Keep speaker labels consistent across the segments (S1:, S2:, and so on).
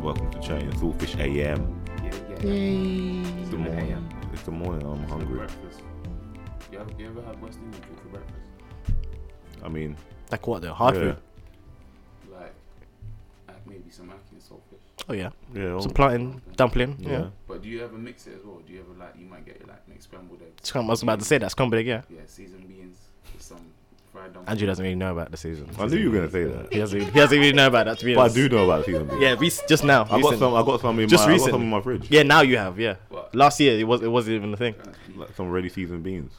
S1: Welcome to Chatting Thoughtfish AM.
S2: Yeah, yeah.
S3: Yay.
S1: It's the
S2: Good
S1: morning.
S2: AM.
S1: It's the morning. I'm
S2: For
S1: hungry.
S2: breakfast. You ever, you ever had West Indian food for breakfast?
S1: I mean,
S3: Like what though? Hard
S1: yeah,
S3: food?
S2: Like, add maybe some ackee and saltfish.
S3: Oh yeah.
S1: yeah, well,
S3: Some plantain dumpling. Yeah.
S1: yeah.
S2: But do you ever mix it as well? Do you ever like you might get like make scrambled eggs?
S3: Scrum- I was about to say that scrambled egg. Yeah.
S2: Yeah, seasoned beans with some fried dumplings.
S3: Andrew doesn't really know about the season.
S1: I knew you were gonna say that,
S3: He doesn't. He doesn't really know about that. To be
S1: but I
S3: honest.
S1: do know about season B.
S3: Yeah. Rec- just now.
S1: I got
S3: recent.
S1: some. I got some in
S3: Just
S1: my. I
S3: recent.
S1: got some in my fridge.
S3: Yeah. Now you have. Yeah.
S2: What?
S3: Last year it was. It wasn't even a thing.
S2: uh,
S1: Like some ready seasoned beans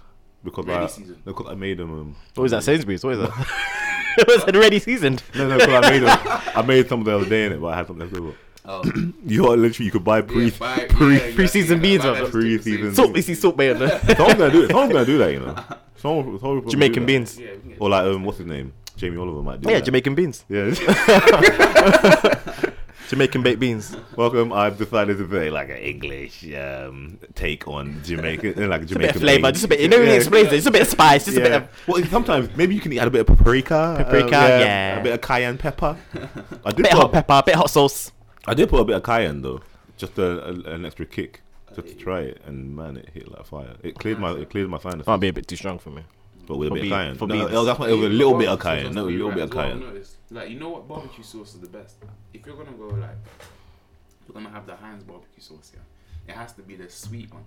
S1: because
S2: Ready
S1: I
S2: seasoned?
S1: because I made them. Um,
S3: What was that? Sainsbury's. What is that? it was already seasoned.
S1: no, no, because I made them. I made some the other day in it, but I had some left over.
S2: Oh,
S1: You are literally you could buy
S2: yeah,
S1: pre
S2: buy-
S1: pre.
S2: yeah, exactly,
S3: pre-season
S2: yeah, buy
S3: beans, bro.
S2: those chicken
S1: Pre-season
S2: seeds.
S3: Salt. We see salt bay on there.
S1: Someone's gonna do it. Someone's gonna do that, you know. Someone, someone probably
S3: Jamaican
S1: do that.
S3: beans. Oh,
S2: Yeah, we can get
S1: Or like um, what's his name? Jamie Oliver might do.
S3: Yeah.
S1: that.
S3: Jamaican beans.
S1: Yeah.
S3: Jamaican baked beans.
S1: Welcome. I've decided to say like an English um, take on Jamaican, like
S3: Bit
S1: Jamaican
S3: of flavor.
S1: beans.
S3: Just a bit. You know, it
S1: Yeah.
S3: explains it. Just a bit of spice. Just
S1: yeah.
S3: a bit of.
S1: well, sometimes maybe you can add a bit of paprika, um,
S3: Paprika, yeah.
S1: a bit of cayenne pepper. I did
S3: Bit
S1: put,
S3: hot pepper. Bit hot sauce.
S1: I did put a bit of cayenne though, just a, a, an extra kick, just to try it, and man, it hit like fire. It cleared my it cleared my sinus,
S3: Might be a bit too strong for me.
S1: but with a
S3: Um,
S1: bit
S3: for me-
S1: of cayenne.
S3: for
S1: no,
S3: me-
S1: no, that's why it was a little bit of
S2: Barbecue
S1: cayenne.
S2: sauce
S1: No, a
S2: is
S1: little
S2: right
S1: bit
S2: as
S1: of
S2: well,
S1: cayenne.
S2: I've noticed. Like you know what barbecue sauce is the best. If you're gonna go like, you're gonna have the Heinz barbecue sauce, yeah, it has to be the sweet one.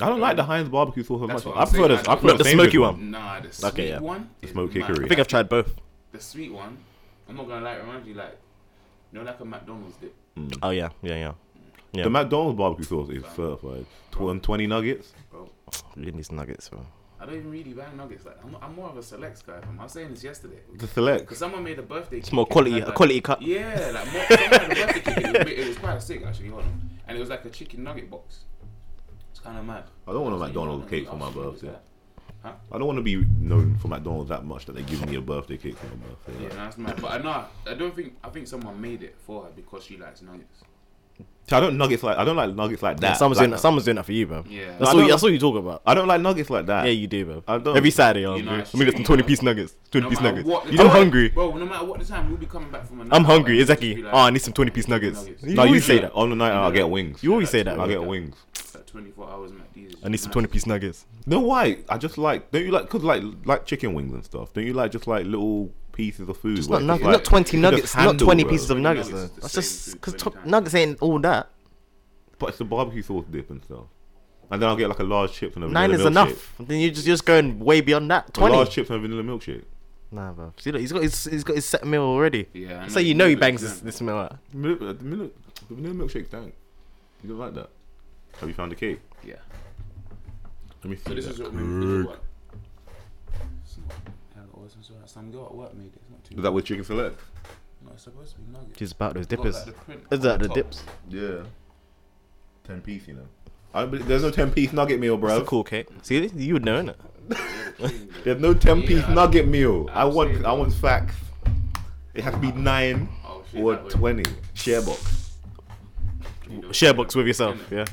S1: I don't like the Heinz barbecue sauce as
S2: That's
S1: much.
S2: what
S1: I
S2: I'm
S1: prefer
S2: saying.
S1: the I prefer
S3: Look, the
S1: Sainsbury's
S3: smoky one.
S2: Nah, the sweet
S3: yeah.
S2: one. is
S1: Smoked
S2: mad.
S1: hickory.
S3: I think I've tried both.
S2: The sweet one. I'm not gonna lie, it reminds you like, you know, like a McDonald's dip.
S3: Oh yeah. Yeah. Yeah. Yeah.
S1: The McDonald's barbecue sauce is certified. Tw- Twenty nuggets.
S3: We need some nuggets, bro.
S2: I don't even really buy nuggets. Like I'm, I'm more of a selects guy. fam. I was saying this yesterday.
S1: The select.
S2: Cause someone made a birthday. It's
S3: more quality- a quality cut.
S2: Yeah, like more, someone had a birthday cake. It was, bit- it was quite sick actually. Hold on. And it was like a chicken nugget box. It's kind of mad.
S1: I don't want a
S2: So you
S1: McDonald's
S2: know,
S1: cake
S2: you
S1: for my
S2: ask what is
S1: birthday.
S2: that?
S1: I don't want to be known for McDonald's that much that they give me a birthday cake for my birthday.
S2: Yeah,
S1: like.
S2: no, that's mad. But I know I don't think I think someone made it for her because she likes nuggets.
S1: See, I don't nuggets like I don't like nuggets like that.
S3: Yeah, someone's,
S1: like,
S3: doing, someone's doing that for you, bro.
S2: Yeah.
S3: That's,
S1: I
S3: all
S1: don't-
S3: you, that's all you talk about.
S1: I don't like nuggets like that.
S3: Yeah, you do, bro.
S1: I don't-
S3: Every Saturday, um,
S2: You know,
S3: let
S2: it's
S3: me get some
S2: true,
S3: 20
S2: bro.
S3: piece nuggets. 20
S2: No
S3: piece
S2: matter
S3: nuggets.
S2: what the
S3: You know I'm
S2: time-
S3: hungry.
S2: Bro, no matter what the time, we'll be coming back from another.
S3: I'm hungry,
S2: hour and
S3: exactly.
S2: just be
S3: oh, I need some 20 piece
S2: nuggets.
S3: nuggets.
S2: No,
S3: You
S1: No, you
S3: always say
S1: say
S3: that.
S1: on the night out, I get wings.
S3: You always say that.
S1: I
S3: bro.
S1: get wings.
S2: Like 24 hours McD's.
S3: I need some 20 piece nuggets.
S1: No, why? I just like don't you like cause like like chicken wings and stuff. Don't you like just like little pieces of food?
S3: It's
S1: where
S3: not,
S1: it's
S3: nuggets,
S1: like-
S3: not 20
S1: you can
S3: nuggets,
S1: just
S3: not
S1: handle,
S3: 20
S1: bro.
S3: pieces of nuggets,
S2: Nuggets is
S3: though.
S2: the
S3: That's
S2: same
S3: just
S2: food
S3: because
S2: 20 times.
S3: nuggets ain't all that.
S1: But it's the barbecue sauce dip and stuff. And then I'll get like a large chip and a vanilla
S3: Nine is
S1: milkshake.
S3: enough. Then you're just, you're just going way beyond that.
S1: A large
S3: 20.
S1: chips and a vanilla milkshake.
S3: Nah, bro. See, look, he's got his, he's got his set meal already.
S2: Yeah, I
S3: So
S2: know.
S3: you know he
S2: Yeah,
S3: bangs this,
S2: exactly.
S3: this meal out.
S1: Mil- uh, The vanilla, the vanilla milkshake's dank. You don't like that? Have you found the cake?
S2: Yeah.
S1: Let me see.
S2: So this
S1: that
S2: is what we this is
S1: cake.
S2: what. It's not- hell, it wasn't so- Some girl at work made it. It's not too
S1: Is that with chicken select?
S2: No, it's supposed to be nuggets.
S3: She's about those
S2: Got,
S3: dippers.
S2: like, the print
S3: Is
S2: on
S3: that the
S2: top.
S3: dips?
S1: Yeah. Ten piece, you know. I, but there's no ten piece nugget meal,
S3: That's a
S1: bro.
S3: cool cake. See, you would know, innit?
S2: Oh,
S1: There's no ten piece
S2: Yeah, I-
S1: nugget meal. I
S2: I'm
S1: want
S2: saying-
S1: I want facts. It has to be nine
S2: Oh, shit,
S1: or
S2: that way.
S1: twenty. Share box.
S2: You know,
S3: Share box with yourself, yeah.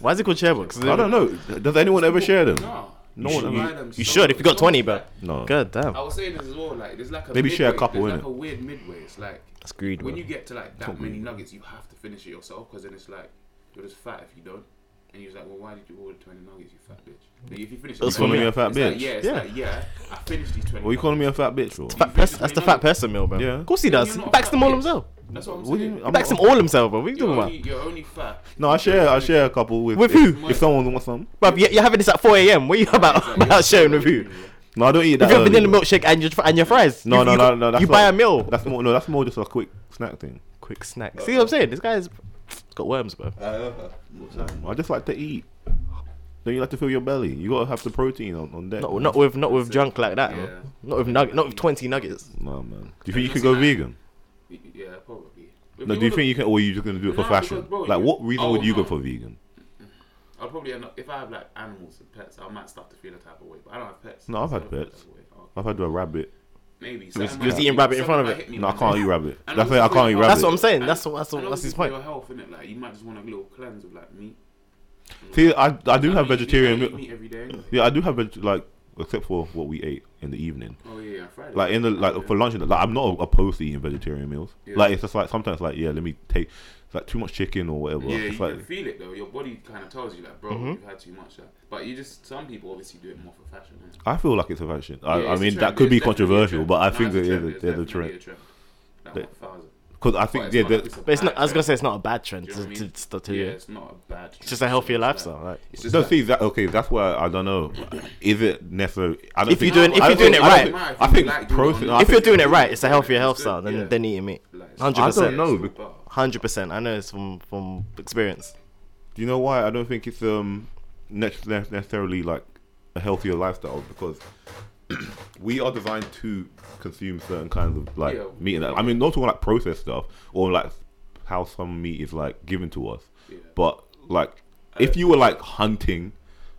S3: Why is it called share box? Is it-
S1: I don't know. Does anyone ever share them?
S2: No.
S1: No
S2: You
S1: one
S2: should
S1: ever-
S2: buy them
S3: You
S2: so-
S3: should if you got
S2: so-
S3: 20, bro.
S1: No.
S3: Oh. God damn.
S2: I was saying this as well. Like, there's like a
S1: Maybe
S2: midway,
S1: share a couple,
S2: There's like
S1: innit?
S2: a weird midway. It's like
S3: That's greed,
S2: when
S3: bro.
S2: you get to like that
S1: Probably.
S2: many nuggets, you have to finish it yourself because then it's like you're just fat if you don't. And you're like, well, why did you order 20 nuggets, you fat bitch? But if you finish,
S3: That's
S2: you
S3: what
S1: I mean.
S2: it's
S1: You
S2: like,
S1: fat
S2: yeah,
S1: bitch.
S2: it's
S3: Yeah.
S2: like, yeah, I finished these 20.
S1: What are you calling me a fat bitch for?
S3: Fat pers- that's the fat person meal, bro.
S1: Yeah.
S3: Of course he does.
S2: You're
S3: He
S2: not
S3: backs
S2: fat,
S3: them all
S2: bitch.
S3: himself.
S2: That's what I'm
S1: What do
S2: saying.
S1: you-
S3: He
S1: I'm
S3: backs them
S1: not-
S3: all himself, bro. What are you
S2: You're
S3: talking about?
S2: only, you're only fat.
S1: No, I share. I share a couple with.
S3: With
S1: if,
S3: who?
S1: If someone wants some.
S3: Bruv, you- you're having this at 4 a.m. What are you about, about sharing with you?
S1: No, I don't eat that.
S3: If you have
S1: early.
S3: vanilla milkshake and your, fr- and your fries,
S1: No,
S3: you,
S1: no,
S3: you,
S1: no,
S3: got-
S1: no. That's
S3: You buy
S1: not-
S3: a meal.
S1: That's more. No, that's more just a quick snack thing.
S3: Quick snack. See what I'm saying? This guy's got worms, bro.
S2: Uh,
S1: I just like to eat. Don't you like to fill your belly? You gotta have the protein on, on deck.
S3: Not,
S1: man.
S3: not with not with junk like that,
S2: Yeah.
S3: bro. Not with nugget, not with 20 nuggets.
S1: No, man. Do you think you could go vegan?
S2: Yeah, probably.
S1: No, do you think you can, or are you just gonna do it for
S2: No,
S1: fashion?
S2: because, bro,
S1: Like,
S2: you-
S1: what reason
S2: oh,
S1: would you go
S2: no.
S1: for vegan?
S2: I'll probably end up if I have like animals and pets, I might start to feel a type of way. But I don't have pets.
S1: No, I've
S2: so I
S1: had
S2: don't feel
S1: pets.
S2: that way. Okay,
S1: I've had a rabbit.
S2: Maybe.
S3: was-
S2: something
S3: he was
S2: might-
S3: eating rabbit
S2: something
S3: in front of
S2: might
S3: it.
S2: hit me
S1: No, I
S2: one
S1: can't
S2: day.
S1: eat rabbit.
S2: And
S1: That's
S2: also
S1: it. I can't eat
S2: too, like,
S1: rabbit.
S3: That's what I'm saying.
S2: And-
S3: That's what, that's, what,
S2: and
S3: that's his
S2: obviously
S3: point.
S2: For your health, innit? Like you might just want a little cleanse of like meat.
S1: See, I I do
S2: I
S1: have
S2: mean, you
S1: vegetarian.
S2: eat
S1: meal-
S2: meat every day. Anyway.
S1: Yeah, I do have veg- like except for what we ate in the evening.
S2: Oh yeah, yeah, Friday.
S1: Like in the like for lunch, and like I'm not opposed to eating vegetarian meals.
S2: Yeah.
S1: Like it's just like sometimes like yeah, let me take it's like too much chicken or whatever.
S2: Yeah,
S1: it's
S2: you
S1: like
S2: can feel it though. Your body kind of tells you that,
S1: Mm-hmm.
S2: bro, you've had too much. Like, but you just some people obviously do it more for fashion. innit?
S1: I feel like it's a fashion. I,
S2: Yeah,
S1: I
S2: it's a
S1: mean
S2: trend.
S1: that could be
S2: It's definitely a
S1: controversial,
S2: trend.
S1: but I
S2: No,
S1: think that
S2: it's a
S1: there's
S2: trend.
S1: a,
S2: It's
S1: there's a
S2: definitely
S1: trend
S2: a trend. Like,
S1: That-
S2: 1,000.
S1: because I
S2: But
S1: think
S2: it's
S1: yeah,
S2: not
S1: that,
S2: like it's a
S3: But it's
S2: bad
S3: not. I was gonna
S2: trend.
S3: say it's not a bad trend
S2: Do you
S3: to,
S2: know what I
S3: to,
S2: mean?
S3: to, to
S2: Yeah,
S3: yeah.
S2: it's not a bad.
S3: It's just a healthier lifestyle. Like,
S2: It's just
S1: no,
S2: that-
S1: see that okay. That's why I don't know. Is it necessary? I don't
S3: If you're
S1: think-
S3: doing- if
S1: I
S3: you're
S1: don't
S3: doing
S1: think- I don't
S3: it right.
S1: think-
S2: Matter if
S1: I
S2: you
S1: think
S2: like doing
S1: pro.
S2: it or
S1: I
S2: not.
S3: if
S1: think
S3: you're doing it right, it's a
S2: Yeah,
S3: healthier
S2: it's good,
S3: lifestyle than
S2: yeah.
S3: than eating meat.
S2: Like, it's-
S3: Hundred
S1: I don't
S3: percent.
S1: know.
S2: it's
S1: bec-
S2: not bad.
S3: Hundred percent. I know it's from from experience.
S1: Do you know why I don't think it's um next ne- necessarily like a healthier lifestyle because we are designed to consume certain kinds of like
S2: Yeah.
S1: meat. And that. I mean, not talking like processed stuff or like how some meat is like given to us,
S2: Yeah.
S1: but like if you were like hunting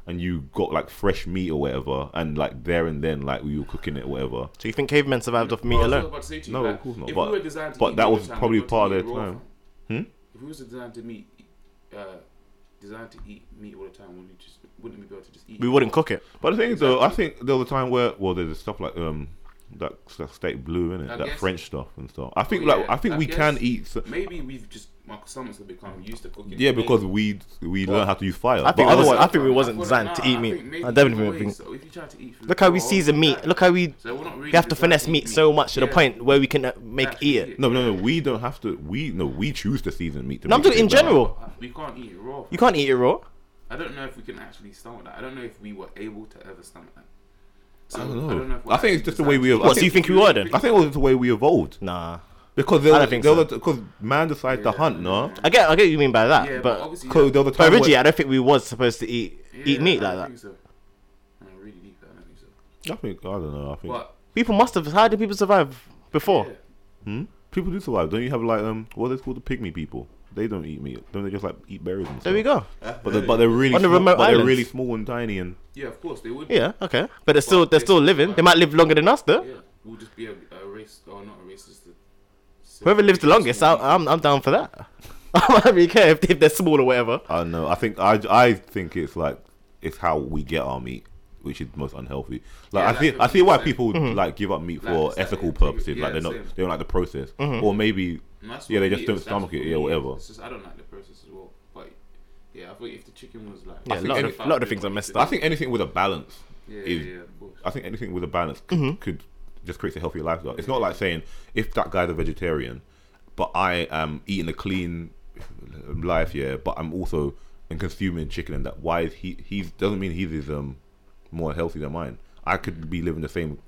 S1: and you got like fresh meat or whatever, and like there and then like we were cooking it or whatever.
S3: Do you think cavemen survived off meat
S2: Well, I was
S3: alone?
S2: about to say to you,
S1: No,
S2: like,
S1: of course not,
S2: if
S1: but-
S2: we were designed to
S1: but
S2: eat
S1: that
S2: all the
S1: was
S2: time,
S1: probably
S2: we'd
S1: part of
S2: eat
S1: their
S2: raw
S1: time. Hmm?
S2: fam. If we was designed to meet, uh, designed to eat meat all the time, wouldn't we just wouldn't we be able to just eat?
S3: We wouldn't cook it.
S1: But the thing is, though, I think there was a time where, well, there's stuff like um, that, that steak blue in it,
S2: I
S1: that
S2: guess- Oh,
S1: French stuff and stuff. I think
S2: yeah,
S1: like I think
S2: I
S1: we
S2: guess-
S1: can eat. s-
S2: Maybe we've just my stomachs have become used to cooking.
S1: yeah, because we we learn how to use fire.
S3: I
S1: but
S3: think
S1: otherwise,
S3: otherwise, I think we
S2: feel
S3: wasn't
S2: like,
S3: designed
S2: nah,
S3: to eat
S2: I
S3: meat.
S2: think maybe
S3: I definitely
S2: either way,
S3: think.
S2: so if you try to eat food
S3: Look how we
S2: raw,
S3: season meat.
S2: like-
S3: Look how we
S2: So we're not really
S3: we have to
S2: designed
S3: finesse
S2: eat
S3: meat so much to the
S2: Yeah.
S3: point where we can uh, make
S2: That's
S3: eat
S2: it.
S3: it.
S1: no, no, no. We don't have to. We no. We choose to season meat. To
S3: No, I'm
S1: make it
S3: talking in
S1: taste better.
S3: general.
S2: We can't eat it raw.
S3: You can't eat it raw.
S2: I don't know if we can actually stomach that. I don't know if we were able to ever stomach that. So,
S1: I don't know.
S2: we're
S1: I think it's
S2: actually
S1: just the way we-
S2: designed
S1: I
S3: What do you think we were then?
S1: I think it was the way we evolved
S3: Nah.
S1: because there
S3: I don't
S1: was,
S3: think
S1: there
S3: so.
S1: was because man decided to
S2: Yeah.
S1: hunt. No,
S3: I get I get what you mean by that,
S2: Yeah, but
S3: but
S2: obviously-
S1: because there was a
S3: but
S1: time.
S3: originally
S1: where,
S3: I don't think we was supposed to eat
S2: Yeah,
S3: eat
S2: I
S3: meat like
S2: don't
S3: that.
S2: think so. No, really deep, I don't think so.
S1: I think I don't know. I think
S2: But
S3: People must have. How did people survive before?
S2: yeah,
S1: hmm? people do survive. Don't you have like um what are they called the pygmy people? They don't eat meat. Don't they just like eat berries? And
S3: There we
S1: stuff?
S3: go.
S1: But they're, but they're really
S3: On the
S1: small,
S3: remote
S1: but they're
S3: islands.
S1: really small and tiny and
S2: yeah, of course they would.
S3: Yeah, okay. But they're still they're still living. They might live longer than us though.
S2: Yeah, we'll just be a, a race or not a race, just a,
S3: Whoever lives the longest, I, I'm I'm down for that. I don't really care if, if they're small or whatever.
S1: I don't know. I think I I think it's like it's how we get our meat, which is most unhealthy. Like
S2: Yeah,
S1: I
S2: like
S1: see I see why
S2: 50%.
S1: people
S3: Mm-hmm.
S1: like give up meat
S2: Like,
S1: for
S2: it's like-
S1: ethical
S2: it's like-
S1: purposes.
S2: yeah,
S1: like they're not
S2: same.
S1: they don't like the process,
S3: Mm-hmm.
S1: or maybe
S2: And that's
S1: Yeah,
S2: what
S1: they
S2: it
S1: just don't
S2: is, that's
S1: stomach
S2: what
S1: it, yeah,
S2: is.
S1: whatever.
S2: It's just I don't like the process as well, but yeah, I think if the chicken was like,
S3: Yeah, a
S1: think
S3: lot of,
S1: any-
S3: the- a lot of the things are messed
S1: I
S3: up.
S1: think anything with a balance.
S2: yeah, yeah,
S1: is-
S2: yeah, of course.
S1: I think anything with a balance could,
S3: Mm-hmm.
S1: could just create a healthier lifestyle. It's not like saying if that guy's a vegetarian, but I am eating a clean life, yeah, but I'm also and consuming chicken and that. Why is he? He doesn't mean he's is um more healthy than mine. I could be living the same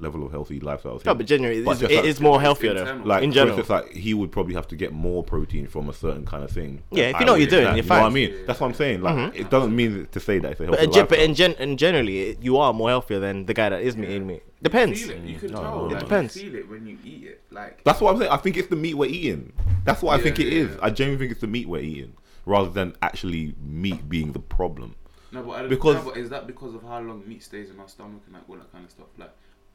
S1: level of healthy lifestyle. as
S3: No,
S1: him.
S3: but generally,
S1: But
S3: it's,
S1: just
S3: it
S1: like-
S3: is more healthier though.
S2: internal.
S1: like
S3: in
S1: for
S3: general.
S1: instance, like he would probably have to get more protein from a certain kind of thing. than
S3: Yeah, if you
S1: I
S3: know what
S1: would
S3: you're doing,
S1: get.
S3: you're
S1: You know what I
S3: fine. Mm-hmm.
S1: mean? That's what I'm saying. Like, it doesn't mean to say that it's a healthy
S3: But, in, gen-
S1: lifestyle.
S3: but in, gen- in generally, it, you are more healthier than the guy that is meat
S2: Yeah.
S3: eating meat.
S2: You
S3: Depends. Mm,
S2: feel it. You can
S1: No,
S2: tell.
S1: no,
S2: like,
S1: no.
S2: you
S3: Depends.
S2: feel it when you eat it. Like
S1: That's what I'm saying. I think it's the meat we're eating. That's what I
S2: Yeah,
S1: think it is.
S2: yeah, yeah.
S1: I genuinely think it's the meat we're eating rather than actually meat being the problem.
S2: no, but I don't,
S1: because-
S2: no, but is that because of how long meat stays in our stomach and like all that kind of stuff? Like,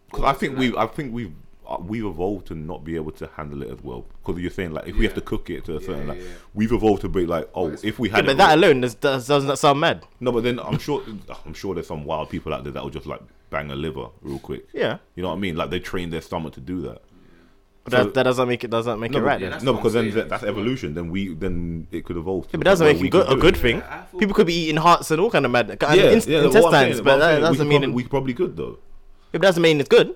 S1: Because I think we, I think we've. uh, We've evolved to not be able to handle it as well because you're saying like if we have
S2: Yeah.
S1: to cook it to a certain
S2: yeah,
S1: like
S2: yeah.
S1: we've evolved to be like oh
S2: it's-
S1: if we
S3: Yeah,
S1: had it
S3: but that
S1: raw-
S3: alone does, does, doesn't that sound mad?
S1: no but then I'm sure I'm sure there's some wild people out there that will just like bang a liver real quick
S3: Yeah.
S1: you know what I mean like they train their stomach to do that
S3: But
S1: So-
S3: that, that doesn't make it doesn't make
S1: no,
S3: it
S1: but-
S3: right.
S2: yeah,
S3: then.
S2: that's
S1: no
S2: what
S1: because
S2: I'm
S1: then
S2: saying.
S1: that- that's evolution then we then it could evolve
S3: Yeah, but that's
S1: where
S3: make
S1: we
S3: it good,
S1: could
S3: a
S1: do it.
S3: good thing.
S2: I feel-
S3: People could be eating hearts and all kind of mad kind of in-
S1: that's what I'm
S3: intestines,
S1: saying,
S3: but
S1: I'm
S3: that
S1: saying we
S3: doesn't
S1: could
S3: mean
S1: probably, we
S3: it,
S1: could probably good though.
S3: it doesn't mean it's good.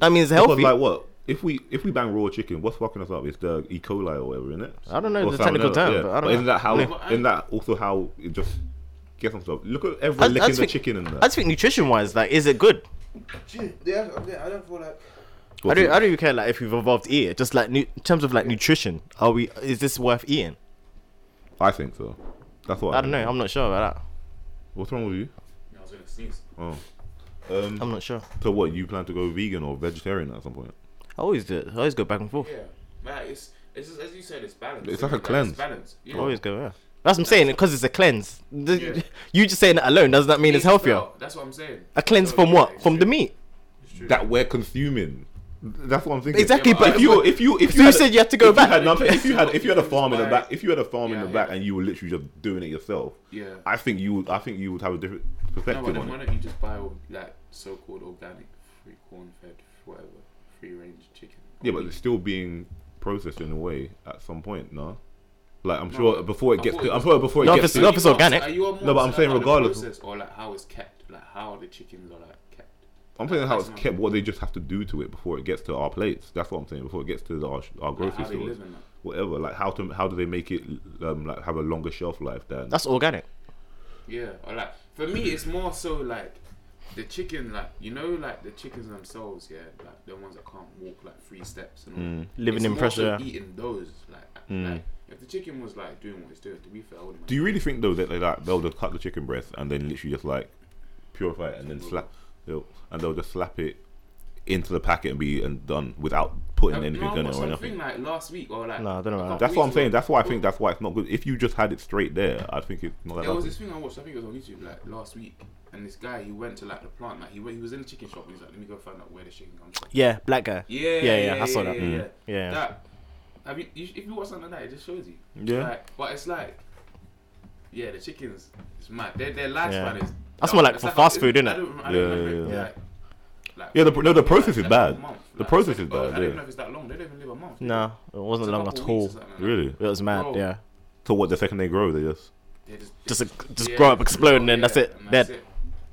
S3: That means it's
S1: Because
S3: healthy.
S1: like what if we if we bang raw chicken, what's fucking us up? It's the E. coli or whatever, isn't it?
S3: I don't know
S1: Or
S3: the technical
S1: salmonella,
S3: term, but I don't know.
S1: Isn't that how?
S2: Yeah. But I-
S1: Isn't that also how it just gets on stuff? Look at
S3: I- I
S1: everyone licking
S3: just
S1: the
S3: think-
S1: chicken and
S3: I
S1: that.
S3: just think nutrition wise, like, is it good?
S2: yeah, I don't feel like.
S3: I
S1: What's
S3: don't,
S1: it-
S3: I don't even care like if we've evolved to eat it. Just like nu- in terms of like nutrition, are we? Is this worth eating?
S1: I think so. That's what
S3: I don't know. I'm not sure about that.
S1: What's wrong with you?
S2: I was gonna sneeze.
S1: Oh. Um,
S3: I'm not sure.
S1: so what you plan to go vegan or vegetarian at some point?
S3: I always do it. I always go back and forth.
S2: Yeah, like it's it's just, as you said, it's balance.
S1: It's like a
S2: It's
S1: cleanse.
S2: balance. Yeah.
S3: I always go. Yeah. That's what I'm saying because it's a cleanse. The-
S2: Yeah.
S3: You just saying that alone does not mean it's healthier.
S2: well, That's what I'm saying.
S3: A cleanse
S2: So,
S3: from
S2: yeah,
S3: what?
S2: it's
S3: From
S2: true.
S3: the meat.
S2: It's true.
S1: That we're consuming. That's what I'm thinking.
S3: Exactly.
S2: Yeah, but
S3: but
S1: If you if you if
S3: so you
S1: had a-
S3: said you had to go
S1: if you
S3: back.
S1: had nothing- if you had if you had a farm in the
S2: Why-
S1: back, if you had a farm
S2: Yeah,
S1: in the
S2: yeah.
S1: back, and you were literally just doing it yourself,
S2: Yeah.
S1: I think you would. I think you would have a different
S2: No, but
S1: perspective
S2: then
S1: on
S2: why
S1: it.
S2: don't you just buy all, like so-called organic, free corn-fed, whatever, free-range chicken.
S1: Yeah, but it's still being processed in a way at some point, no? Like I'm
S2: No,
S1: sure
S2: but
S1: before it
S2: I
S1: gets
S2: thought
S1: to,
S2: it
S1: I'm
S2: was-
S1: sure before it
S3: No, if
S1: gets
S3: it's-
S1: to,
S3: no, if organic.
S2: Are you on
S1: No, but I'm
S2: more
S1: saying
S2: about the
S1: regardless of-
S2: process or like how it's kept, like how the chickens are like kept.
S1: I'm saying how it's
S2: That's
S1: kept, what they just have to do to it before it gets to our plates. That's what I'm saying. Before it gets to the, our, our
S2: Like
S1: grocery
S2: how they
S1: stores,
S2: live in that.
S1: whatever. Like how to, how do they make it um, like have a longer shelf life than?
S3: That's organic.
S2: Yeah, or like for me, it's more so like the chicken, like you know, like the chickens themselves. Yeah, like the ones that can't walk like three steps and all. that.
S3: Living
S2: It's
S3: in
S2: more
S3: pressure.
S2: So eating those, like,
S1: Mm.
S2: like if the chicken was like doing what it's doing, to be fair, I wouldn't.
S1: do you really think though that they like they'll just cut the chicken breast and then literally just like purify it and then slap, they'll, and they'll just slap it into the packet and be and done without putting
S2: Like,
S1: anything
S2: no, I
S1: in it
S2: watched
S1: or
S2: something
S1: anything?
S2: like last week or like.
S3: No, I don't know
S2: a
S3: about
S2: couple
S1: That's what I'm
S2: weeks
S1: saying.
S2: ago.
S1: That's why I think that's why it's not good. If you just had it straight there, I think it's not that.
S2: There was
S1: bad.
S2: this thing I watched. I think it was on YouTube like last week, and this guy he went to like the plant. Like he went, he was in the chicken shop. and He's like, let me go find out where the chicken comes from.
S3: Yeah, black guy.
S2: Yeah,
S3: Yeah, yeah, I saw that.
S2: Yeah,
S1: Mm.
S3: Yeah.
S2: That, I mean, you, if you watch something like that, it just shows you.
S1: Yeah.
S2: Like, but it's like, yeah, the chickens, it's mad. Their, their lifespan
S3: Yeah.
S2: is.
S3: That's more like
S2: it's
S3: for fast food,
S2: I
S3: innit?
S2: don't, I
S1: Yeah,
S2: don't remember it,
S1: yeah,
S3: yeah.
S2: Like, like,
S1: Yeah, the pr- no, the process is
S2: like,
S1: bad.
S2: a month,
S1: The process
S2: it's
S1: is
S2: oh,
S1: bad,
S2: I don't
S1: yeah.
S2: know if it's that long. They don't even live a month.
S3: No, it
S2: It's
S3: wasn't
S2: a
S3: long
S2: couple
S3: at
S2: weeks or
S3: all.
S2: something like Oh. that.
S1: Really?
S3: It was mad.
S2: Bro.
S3: Yeah,
S1: So what? The second they grow, they just
S2: They just,
S3: just a, just
S2: yeah,
S3: grow up, explode, and then that's
S2: yeah,
S3: it.
S2: and
S3: Dead.
S2: that's it.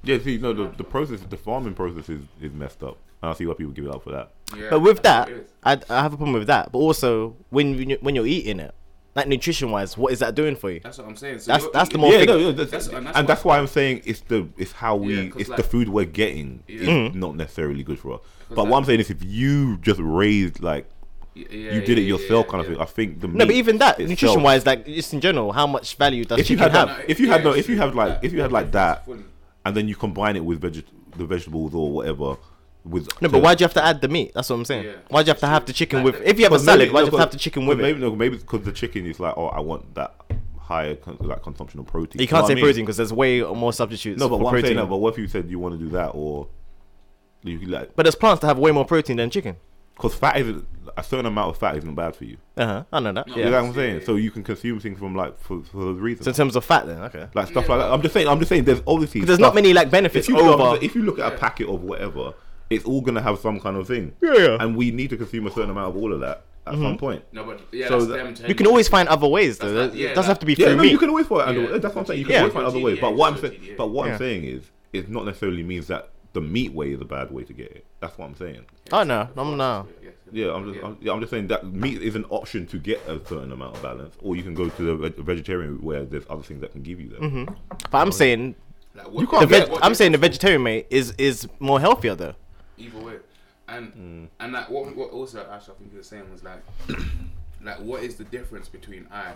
S1: yeah. See, no, the, the process, the farming process is, is messed up. And I see why people give it up for that.
S2: Yeah,
S3: But with
S2: that's
S3: that,
S2: what it is.
S3: I, I have a problem with that. But also, when you, when you're eating it, like nutrition wise, what is that doing for you?
S2: that's what I'm saying. So
S3: That's
S2: you're
S3: that's the
S2: eating-
S3: more.
S1: yeah,
S3: thing-
S1: no, no, that's,
S2: That's- and that's
S1: and
S2: why-
S1: that's why I'm saying it's the it's how we
S2: Yeah, 'cause
S1: it's the
S2: like-
S1: food we're getting
S2: Yeah.
S1: is
S3: Mhm.
S1: not necessarily good for us.
S2: 'Cause
S1: But what
S2: like-
S1: I'm saying is, if you just raised like
S2: Yeah, yeah,
S1: you did it
S2: yeah, yeah,
S1: yourself,
S2: yeah,
S1: kind of
S2: yeah.
S1: thing, I think the
S3: No, but
S1: meat
S3: even that,
S1: itself-
S3: nutrition wise, like just in general, how much value does
S1: if you
S3: chicken
S1: had
S3: have?
S1: that, if you had no,
S2: Yeah, it's
S1: if you
S2: true.
S1: had like if you had like that,
S2: Fully.
S1: and then you combine it with veget the vegetables or whatever with
S3: No, but why do you have to add the meat? That's what I'm saying.
S2: Yeah.
S3: Why do you have to have the chicken
S2: Like
S3: with?
S2: the-
S3: If you have a
S1: But maybe-
S3: salad, why
S1: no,
S3: do you have to have
S1: but-
S3: the chicken
S1: but
S3: with
S1: maybe,
S3: it?
S1: No, maybe because the chicken is like, oh, I want that higher con- like consumption of protein.
S3: You can't
S1: know what
S3: say
S1: I mean?
S3: protein because there's way more substitutes.
S1: No, but
S3: for
S1: what I'm
S3: protein.
S1: saying, no, but what if you said you want to do that or you could, like
S3: But there's plants that have way more protein than chicken.
S1: because fat isn't a certain amount of fat isn't bad for you.
S3: Uh huh. I know that.
S2: No,
S1: You know
S3: Yeah.
S1: what I'm saying? So you can consume things from like for, for those reasons,
S3: So in terms of fat, then okay.
S1: like stuff like that. I'm just saying. I'm just saying. There's obviously
S3: Because there's not
S1: stuff-
S3: many like
S1: If
S3: benefits
S1: you look,
S3: over.
S1: if you look at a
S2: Yeah.
S1: packet of whatever, it's all gonna have some kind of thing,
S3: Yeah, yeah. Mm-hmm.
S1: and we need to consume a certain amount of all of that at some point.
S2: No, but yeah,
S1: So
S2: that's
S1: that-
S2: them telling
S3: You can always find other ways though.
S2: That's not- yeah,
S3: it doesn't
S2: that-
S3: have to be
S1: Yeah,
S3: through
S1: no,
S3: meat.
S1: you can always find other.
S2: Yeah.
S1: That's what I'm saying. You can
S2: Yeah.
S1: always find other ways. But what I'm
S2: Yeah.
S1: saying, but what
S3: Yeah.
S1: I'm saying is, it's not necessarily means that the meat way is a bad way to get it. That's what I'm saying.
S3: Oh no, I'm no.
S1: Yeah, I'm just, I'm, yeah, I'm just saying that meat is an option to get a certain amount of balance, or you can go to the veg- vegetarian where there's other things that can give you that.
S3: But I'm saying
S2: Like, what,
S1: You can't
S3: the
S1: get-
S3: veg- I'm saying the vegetarian mate is is more healthier though.
S2: either way, and
S3: Mm.
S2: and like what what also like, Ash, I think you were saying was like, like what is the difference between I,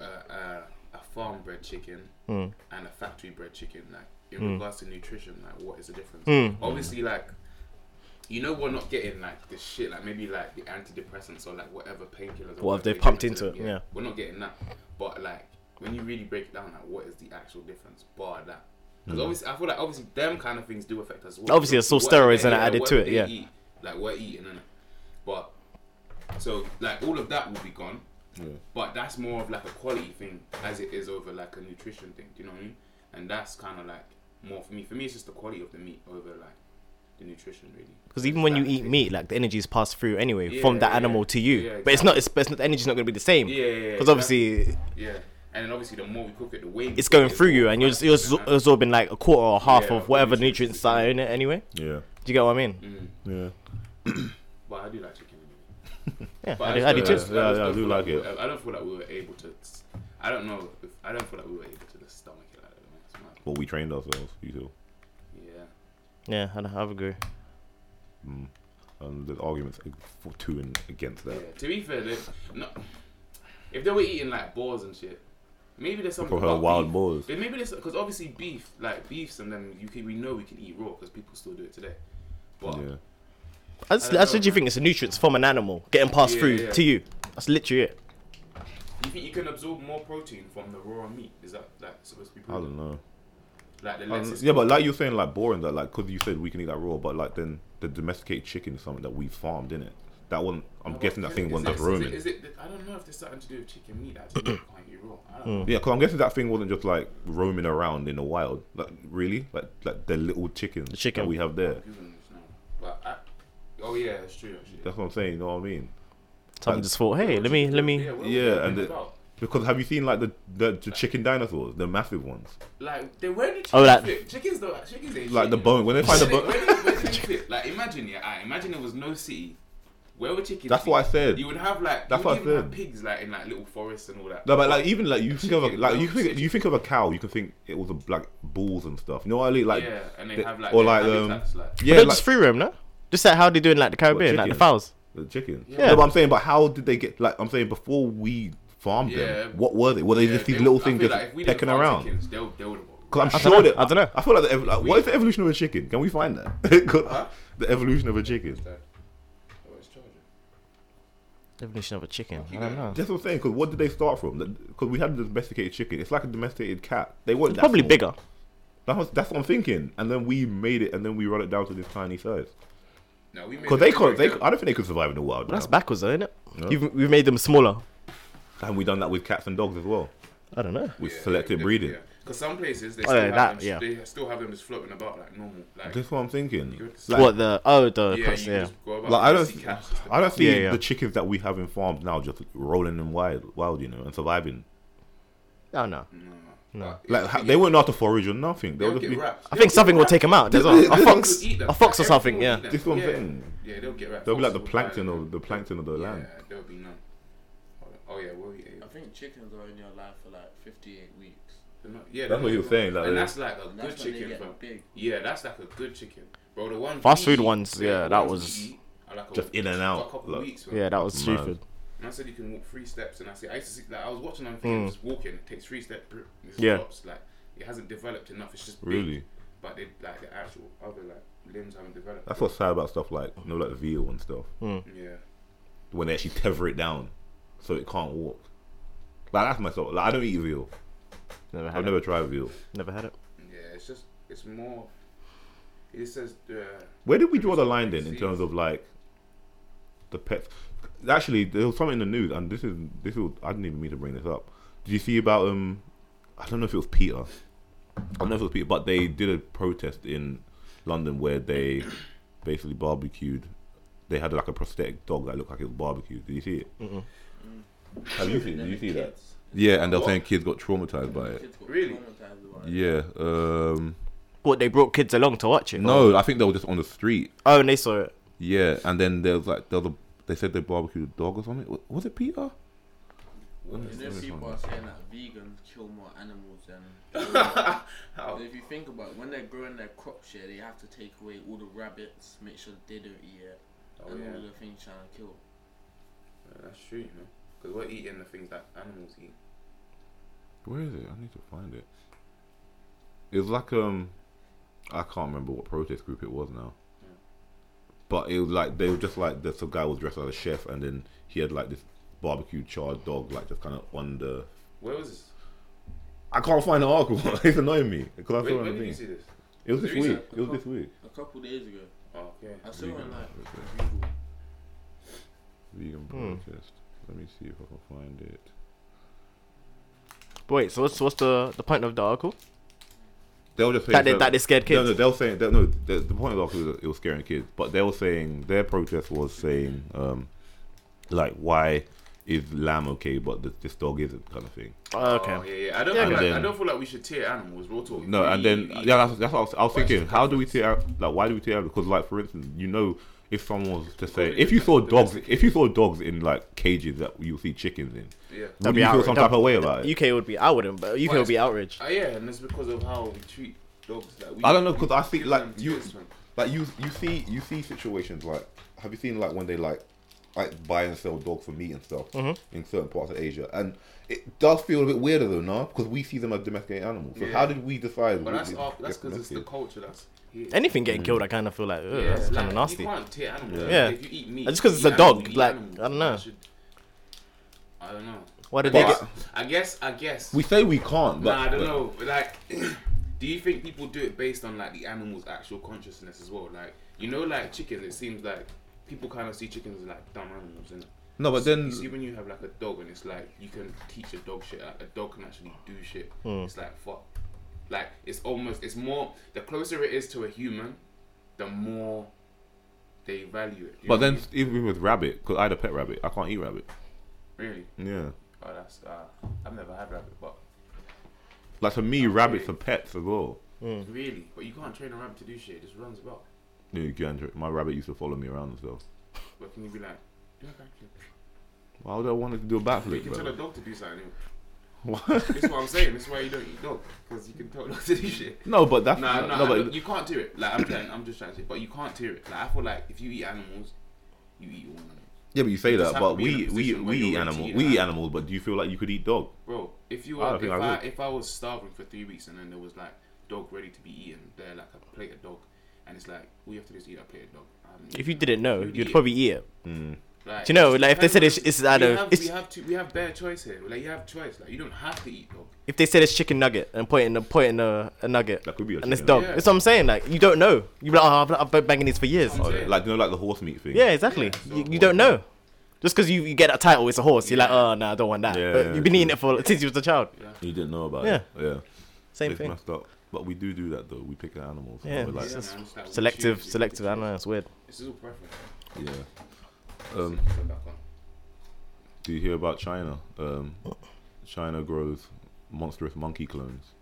S2: uh, uh, a farm bred chicken
S3: Hmm.
S2: and a factory bred chicken? Like in regards to nutrition, like what is the difference?
S3: Hmm.
S2: Obviously, like. You know we're not getting like the shit, like maybe like the antidepressants or like whatever painkillers. or
S3: What
S2: whatever
S3: have they
S2: they're
S3: pumped
S2: giving to
S3: into
S2: them,
S3: it, yeah.
S2: we're not getting that. But like when you really break it down, like what is the actual difference? Bar that,
S3: Hmm.
S2: because obviously I feel like obviously them kind of things do affect us. Well.
S3: Obviously, there's still
S2: Whatever
S3: steroids
S2: they-
S3: and added to
S2: whatever
S3: it,
S2: they
S3: yeah.
S2: eat, like we're eating, innit? But so like all of that will be gone. But that's more of like a quality thing as it is over like a nutrition thing. Do you know what I mean? And that's kind of like more for me. For me, it's just the quality of the meat over like the nutrition, really.
S3: Because even when you
S2: That
S3: eat
S2: thing.
S3: meat, like the energy is passed through anyway
S2: Yeah,
S3: from that
S2: yeah,
S3: animal to you.
S2: yeah,
S3: But it's not. It's, but it's not. The energy's not going to be the same.
S2: Yeah, yeah, yeah,
S3: Because obviously
S2: yeah. And then obviously, the more we cook it, the way we
S3: it's
S2: cook
S3: going
S2: it,
S3: through
S2: the
S3: you,
S2: more
S3: and you're
S2: fat
S3: just, you're
S2: it's
S3: absor-
S2: gonna have.
S3: absorbing like a quarter or half
S2: Yeah,
S3: of whatever
S2: obviously. Mm.
S3: nutrients are in it anyway.
S1: Yeah,
S3: Do you get what I mean?
S1: yeah.
S3: uh,
S2: But I do like chicken. Anyway.
S3: Yeah,
S2: But
S3: I do, I do
S2: just-
S3: too.
S2: just-
S1: Yeah,
S2: just
S1: yeah, I
S2: don't
S1: do
S2: feel
S1: like
S2: we-
S1: it.
S2: I don't feel like we were able to. I don't know. If, I don't feel like we were able to just stomach it like that. man. It's mad.
S1: Well, we trained ourselves, you know,
S2: Yeah.
S3: Yeah, I, know, I agree.
S1: and there's arguments for to and against that.
S2: Yeah. To be fair, they, no, if they were eating like boars and shit, maybe there's something
S1: For her
S2: about
S1: wild
S2: beef.
S1: boars.
S2: But maybe there's because obviously beef, like beefs, and then you can, we know we can eat raw because people still do it today. But
S1: Yeah.
S2: I don't
S3: I just, I just
S2: know,
S3: literally
S2: man.
S3: think it's the nutrients from an animal getting passed
S2: Yeah,
S3: through
S2: yeah.
S3: to you. That's literally it.
S2: you think you can absorb more protein from the raw meat? Is that like supposed to be?
S1: I don't
S2: proven?
S1: know.
S2: Like the
S1: I
S2: less.
S1: don't-
S2: it's
S1: yeah, but like you're saying, like boring that, like because you said we can eat that raw, but like then the domesticated chicken is something that we farmed, in it. That one, I'm
S2: Well,
S1: guessing that
S2: is
S1: thing
S2: it-
S1: wasn't
S2: is
S1: just
S2: it- is it-
S1: roaming.
S2: Is it, I don't know if there's something to do with chicken meat. That's can't you raw? I don't know.
S1: Yeah, because I'm guessing that thing wasn't just like roaming around in the wild. Like really, like like the little chickens
S3: chicken.
S1: that we have there.
S2: Who knows now? But I, oh yeah, it's true actually.
S1: That's what I'm saying. You know what I mean?
S3: Someone just thought, hey, let me, let me.
S2: what was
S1: Yeah,
S2: that
S1: and
S2: thing
S1: the-
S2: about?
S1: Because have you seen like the the, the chicken dinosaurs, the massive ones,
S2: like they where the chickens
S3: Oh, like-
S2: fit? chickens though chickens ain't
S1: like the
S2: shit,
S1: bone? When they
S2: you
S1: find
S2: know.
S1: the
S2: Where
S1: bone,
S2: did- where did they fit? Like imagine yeah, alright, imagine there was no city. Where would chickens?
S1: That's
S2: be?
S1: what I said.
S2: You would have like
S1: That's
S2: you would
S1: what I
S2: even have
S1: said.
S2: pigs like in like little forests and all that.
S1: no, but like even like you think of a,
S2: Chicken
S1: like you
S2: bones.
S1: think you think of a cow, you can think it was a, like bulls and stuff. You know what I mean? Like
S2: yeah, and they,
S1: the-
S2: have like
S1: or
S2: their
S1: like um,
S2: habitats, like
S1: yeah,
S3: they
S1: like
S3: just free roam, no? Just like how they do in like the Caribbean, like the
S1: chickens?
S3: fowls.
S1: the chickens.
S2: Yeah.
S1: Yeah, but I'm saying, but how did they get? Like I'm saying, before we farmed
S2: Yeah.
S1: them, what were they? Were they
S2: yeah,
S1: just these
S2: they-
S1: little
S2: I
S1: things
S2: feel
S1: just
S2: like if we didn't
S1: pecking
S2: farm
S1: around?
S2: Chickens, they'll, they would.
S1: Because I'm
S3: I dunno,
S1: sure that
S3: I dunno.
S1: I feel like the ev- like, what is the evolution of a chicken? Can we find that? 'Cause The evolution of a chicken.
S2: Oh,
S3: Definition of a chicken. I don't know.
S1: That's what I'm saying. Because what did they start from? Because we had a domesticated chicken. It's like a domesticated cat. They weren't that
S3: Probably
S1: small.
S3: bigger.
S1: That was, that's what I'm thinking. And then we made it, and then we run it down to this tiny size.
S2: No, we made
S1: Because
S2: them
S1: they could, they
S2: bigger.
S1: could- I don't think they could survive in the wild.
S3: But that's
S1: now.
S3: backwards, though, isn't it?
S1: Yeah.
S3: You've, we've made them smaller.
S1: And we done that with cats and dogs as well,
S3: I don't know.
S1: with selective breeding.
S2: Because some places they
S3: Oh,
S2: still,
S3: yeah,
S2: have
S3: that-
S2: them,
S3: yeah.
S2: they still have them just floating about like normal. Like,
S1: That's what I'm thinking.
S2: Good.
S1: Like,
S3: what the? Oh, the
S2: yeah,
S3: cross,
S2: you
S3: yeah.
S2: just go about
S1: Like I
S2: and see
S1: don't,
S2: cats and stuff.
S1: I don't see
S3: Yeah, yeah.
S1: the chickens that we have in farms now just rolling them wild, wild, you know, and surviving.
S3: Oh no.
S2: But
S1: Like ha- they weren't out to forage or nothing. They
S2: they'll
S1: were just
S2: get
S1: be-
S2: wrapped.
S3: I
S2: They'll
S3: think
S2: get
S3: something will
S2: wrapped.
S3: take them out. There's a,
S1: This-
S3: a
S1: this-
S3: fox,
S2: Eat them.
S3: a fox or
S2: Everything
S3: something.
S2: will
S3: Yeah.
S2: eat them.
S1: This is what I'm
S2: Yeah.
S1: saying.
S2: Yeah, they'll get wrapped.
S1: They'll be like the
S2: Foxes will find
S1: plankton
S2: them.
S1: of the plankton of the land.
S2: Yeah, there'll be none. Hold on. Oh yeah, well yeah,
S4: I think chickens are in your life for like 58 weeks.
S2: they're not- yeah.
S1: That's what he was saying. Like,
S2: And that's like a
S4: And
S2: good
S4: that's when they
S2: chicken,
S4: get
S2: bro.
S4: big.
S2: Yeah, that's like a good chicken, bro. The ones
S3: Fast
S2: we
S3: food
S2: eat-
S3: ones, yeah,
S2: the
S3: that
S2: ones
S3: was-
S2: we eat are like a-
S1: Just in and out,
S2: A couple
S1: like-
S2: weeks, bro.
S3: Yeah, that was
S1: Mad.
S3: stupid.
S2: And I said you can walk three steps, and I see. I used to see like I was watching on thing,
S1: Hmm.
S2: just walking. It takes three steps.
S3: Yeah.
S2: Stops. Like it hasn't developed enough. It's just big,
S1: Really?
S2: But they, like the actual other like limbs haven't developed.
S1: That's what's sad about stuff like you know, like veal and stuff.
S2: yeah.
S1: When they actually tether it down, so it can't walk. Like that's my thought. Like I don't eat veal.
S3: Never
S1: I've
S3: had it.
S1: never tried veal.
S3: Never had it.
S2: Yeah. It's just it's more. It says uh,
S1: Where did we draw the line then in terms of like the pets? Actually, there was something in the news, and this is this is I didn't even mean to bring this up. Did you see about um? I don't know if it was Peter. I don't know if it was Peter, but they did a protest in London where they basically barbecued. They had like a prosthetic dog that looked like it was barbecued. Did you see it? Mm-mm. Have you seen? Did you see that?
S4: Kids-
S1: Yeah, and they're saying kids got traumatized by it.
S4: kids got
S2: Really?
S4: traumatized by it.
S1: Yeah. Um,
S3: What they brought kids along to watch it?
S1: no, I think they were just on the street
S3: Oh, and they saw it.
S1: Yeah, and then there was like there was a, they said they barbecued a dog or something. Wa- Was it Peter?
S4: Well,
S1: Let me
S4: you know,
S1: see this
S4: people
S1: one.
S4: are saying that vegans kill more animals than. And if you think about it, when they're growing their crops, yeah, they have to take away all the rabbits, make sure they don't eat it,
S2: Oh,
S4: and
S2: yeah.
S4: all the things trying to kill.
S2: yeah, that's true, you know, because we're eating the things that animals eat.
S1: Where is it? I need to find it. It was like um, I can't remember what protest group it was now. But it was like they were just like the some guy was dressed as a chef, and then he had like this barbecue charred dog, like just kind of on the.
S2: Where was this?
S1: I can't find the article. it's annoying me because I
S2: Where,
S1: saw it
S2: where
S1: on
S2: did
S1: the
S2: you
S1: thing.
S2: see this?
S1: It was this
S2: Teresa?
S1: week. It was this week.
S4: A couple days ago,
S2: Oh, okay.
S4: I saw on like Google.
S2: Hmm.
S1: Vegan protest. Let me see if I can find it.
S3: But wait, so what's what's the the point of the article?
S1: They were just saying
S3: That they, that they scared
S1: No,
S3: kids.
S1: no, they were saying that, no. The, the point of it was it was scaring kids, but they were saying their protest was saying um, like why is lamb okay, but the, this dog isn't kind of thing.
S3: Oh,
S2: Oh,
S3: okay.
S2: yeah, yeah. I don't.
S3: Yeah,
S1: but-
S2: feel like, I
S1: then-
S2: don't feel like we should tear animals. Raw talk.
S1: No, and then
S2: We-
S1: yeah, that's, that's what I was, I was
S2: Why is
S1: thinking.
S2: it
S1: How do we tear out? Like, why do we tear out? Because like for instance, you know, if someone was to say, if you saw dogs, if you saw dogs in like cages that you see chickens in,
S2: Yeah.
S1: would you feel
S3: outraged.
S1: some type of way about it?
S3: UK would be. I wouldn't, but UK
S2: Why
S3: would be
S2: is-
S3: outraged.
S2: Oh yeah, and it's because of how we treat dogs. Like we,
S1: I don't know because I see
S2: give
S1: like
S2: them to
S1: you,
S2: this one.
S1: like you, you see, you see situations like. Have you seen like when they like, like buy and sell dogs for meat and stuff in certain parts of Asia, and it does feel a bit weirder though, now because we see them as domesticated animals. So
S2: Yeah.
S1: how did we decide?
S2: But
S1: we-
S2: that's our, that's
S1: yes,
S2: because it's the
S1: domesticated?
S2: culture. That's here.
S3: Anything
S1: Hmm.
S3: getting killed, I kind of feel like ugh,
S2: Yeah,
S3: that's
S2: like,
S3: kind of nasty.
S2: You can't tear animals.
S3: Yeah.
S2: Like, if you eat meat,
S3: And just 'cause
S2: you
S3: it's a
S2: eat animal,
S3: dog,
S2: you eat
S3: like,
S2: animal.
S3: I don't
S2: You
S3: know.
S2: should- I don't know.
S3: Why did
S2: I
S3: they
S1: But-
S2: guess,
S3: get?
S2: I guess. I guess.
S1: We say we can't, but
S2: nah, I don't
S1: but-
S2: know. Like, do you think people do it based on like the animal's actual consciousness as well? Like, you know, like chickens. It seems like people kind of see chickens as like dumb animals, and
S1: No, but then
S2: You see, when you have like a dog, and it's like you can teach a dog shit. Like a dog can actually do shit. It's like fuck. Like it's almost it's more the closer it is to a human, the more they value it. You
S1: but
S2: know
S1: then
S2: what
S1: even with rabbit, because I had a pet rabbit, I can't eat rabbit.
S2: I mean? really,
S1: Yeah,
S2: oh that's uh, I've never had rabbit, but
S1: like to me, rabbits are pets as well.
S2: really, but you can't train a rabbit to do shit. It just runs about.
S1: Yeah, you can- My rabbit used to follow me around and stuff.
S2: But can you be like? "Yeah, thank you."
S1: Why would I want it to do a
S2: You
S1: backflip,
S2: can tell
S1: bro?
S2: a dog to do something.
S1: What?
S2: That's what I'm saying. That's why you don't eat dog because you can tell a dog to do shit.
S1: no, but that's
S2: Nah,
S1: no,
S2: nah,
S1: but
S2: you can't do it. Like I'm trying, I'm just trying to say, but you can't do it. Like I feel like if you eat animals, you eat all animals.
S1: yeah, but you say
S2: you just
S1: that,
S2: have
S1: but
S2: to be in a
S1: we we
S2: position where
S1: we
S2: you're
S1: eat
S2: ready to
S1: animal,
S2: eat
S1: we
S2: an
S1: eat animals. But do you feel like you could eat dog?
S2: Bro, if
S1: I
S2: you were,
S1: don't
S2: if
S1: think
S2: I,
S1: I
S2: if I was starving for three weeks and then there was like dog ready to be eaten, there like a plate of dog, and it's like all you have to do is eat a plate of dog. Um,
S3: If you didn't know,
S2: You'd
S3: you'd
S2: eat it.
S3: probably eat it.
S2: like,
S3: Do you know, like, if they
S2: depends
S3: said
S2: on-
S3: it's- it's out
S2: we
S3: of-
S2: have,
S3: it's-
S2: we have to, we have bare choice here. Like you have choice. Like you don't have to eat dog.
S3: If they said it's chicken nugget and point in a point in a, a nugget,
S1: That could be a
S3: and it's
S1: chicken
S3: dog.
S2: nugget.
S3: That's what I'm saying. Like you don't know. You be like, oh, I've, I've been banging these for years.
S2: I'm saying-
S1: Oh, Like you know, like the horse meat thing.
S3: Yeah, exactly.
S2: Yeah,
S3: you,
S2: so
S3: you don't know. Just because you, you get that title, it's a horse. You're like,
S2: Yeah.
S3: oh no, I don't want that.
S1: Yeah,
S3: but
S1: yeah,
S3: you've been eating
S1: true.
S3: it for since you was a child.
S1: you didn't know about
S3: Yeah.
S1: it. Yeah,
S3: Same
S1: it's
S3: thing.
S1: messed up. But we do do that though. We pick at animals.
S3: Yeah.
S1: Yeah, we're like,
S2: Yeah,
S1: yeah.
S2: man, it's like we
S3: Selective,
S2: choose, we
S3: selective. I
S2: choose.
S3: don't know. It's weird.
S2: This is all preference.
S1: Um,
S2: Put it back on.
S1: do you hear about China? Um, China grows monstrous monkey clones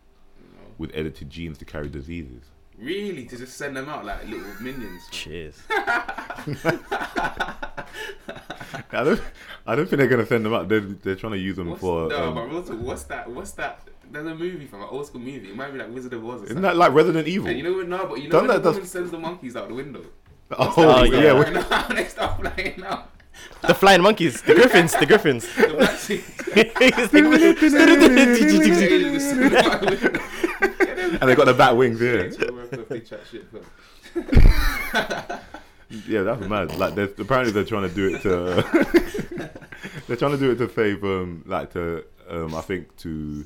S2: No.
S1: with edited genes to carry diseases.
S2: Really, to just send them out like little minions.
S3: Cheers.
S1: I don't, I don't think they're gonna send them out. They're, they're trying to use them
S2: What's,
S1: for.
S2: no,
S1: um,
S2: but real talk, what's that? What's that? There's a movie from an old school movie. It might be like Wizard of Oz or
S1: isn't
S2: something.
S1: that like Resident Evil?
S2: and you know what? No, but you know
S1: Don't
S2: when the
S1: let that-
S2: woman sends the monkeys out the window.
S1: oh,
S3: Oh,
S1: yeah.
S3: yeah.
S1: we-
S2: they start flying out.
S3: the flying monkeys, the griffins, the griffins.
S2: The black sheep.
S3: It's the griffins.
S2: They just send them out the window.
S1: and they got the bat wings. Yeah,
S2: That's what we're supposed to chat shit for.
S1: yeah, that's mad. Like, they're, apparently they're trying to do it to. uh, they're trying to do it to save, um, like to, um, I think to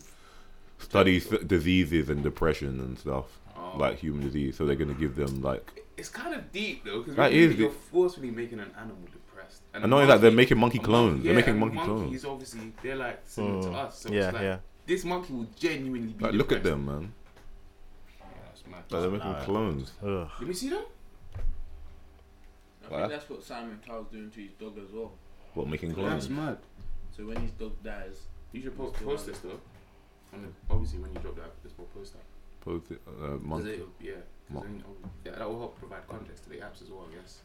S1: study s- diseases and depression and stuff,
S2: Oh.
S1: like human disease. So they're gonna give them like
S2: It's kind of deep though, because
S1: That
S2: you're,
S1: is
S2: you're
S1: deep.
S2: forcefully making an animal depressed. And
S1: And not only that, they're making monkey clones. They're making monkey clones.
S2: monkeys
S1: Hmm.
S2: obviously they're like similar to us. So
S3: Mm, Yeah,
S2: it's like,
S3: yeah.
S2: This monkey will genuinely be.
S1: Like, look at
S2: depressed.
S1: them, man.
S2: Yeah, that's mad.
S1: Like, they're making clones.
S3: Ugh.
S2: Let me see them.
S4: I
S1: Wow.
S4: think that's what Simon Cowell's doing to his dog as well.
S1: What making clones?
S2: mad.
S4: So when his dog dies,
S2: You should post, post this though. And then obviously, when you drop that, this will post that.
S1: Both, uh,
S2: 'Cause
S1: monkey.
S2: it'll- yeah, 'cause
S1: Mon-
S2: then it'll- yeah, that will help provide context to the apps as well. I guess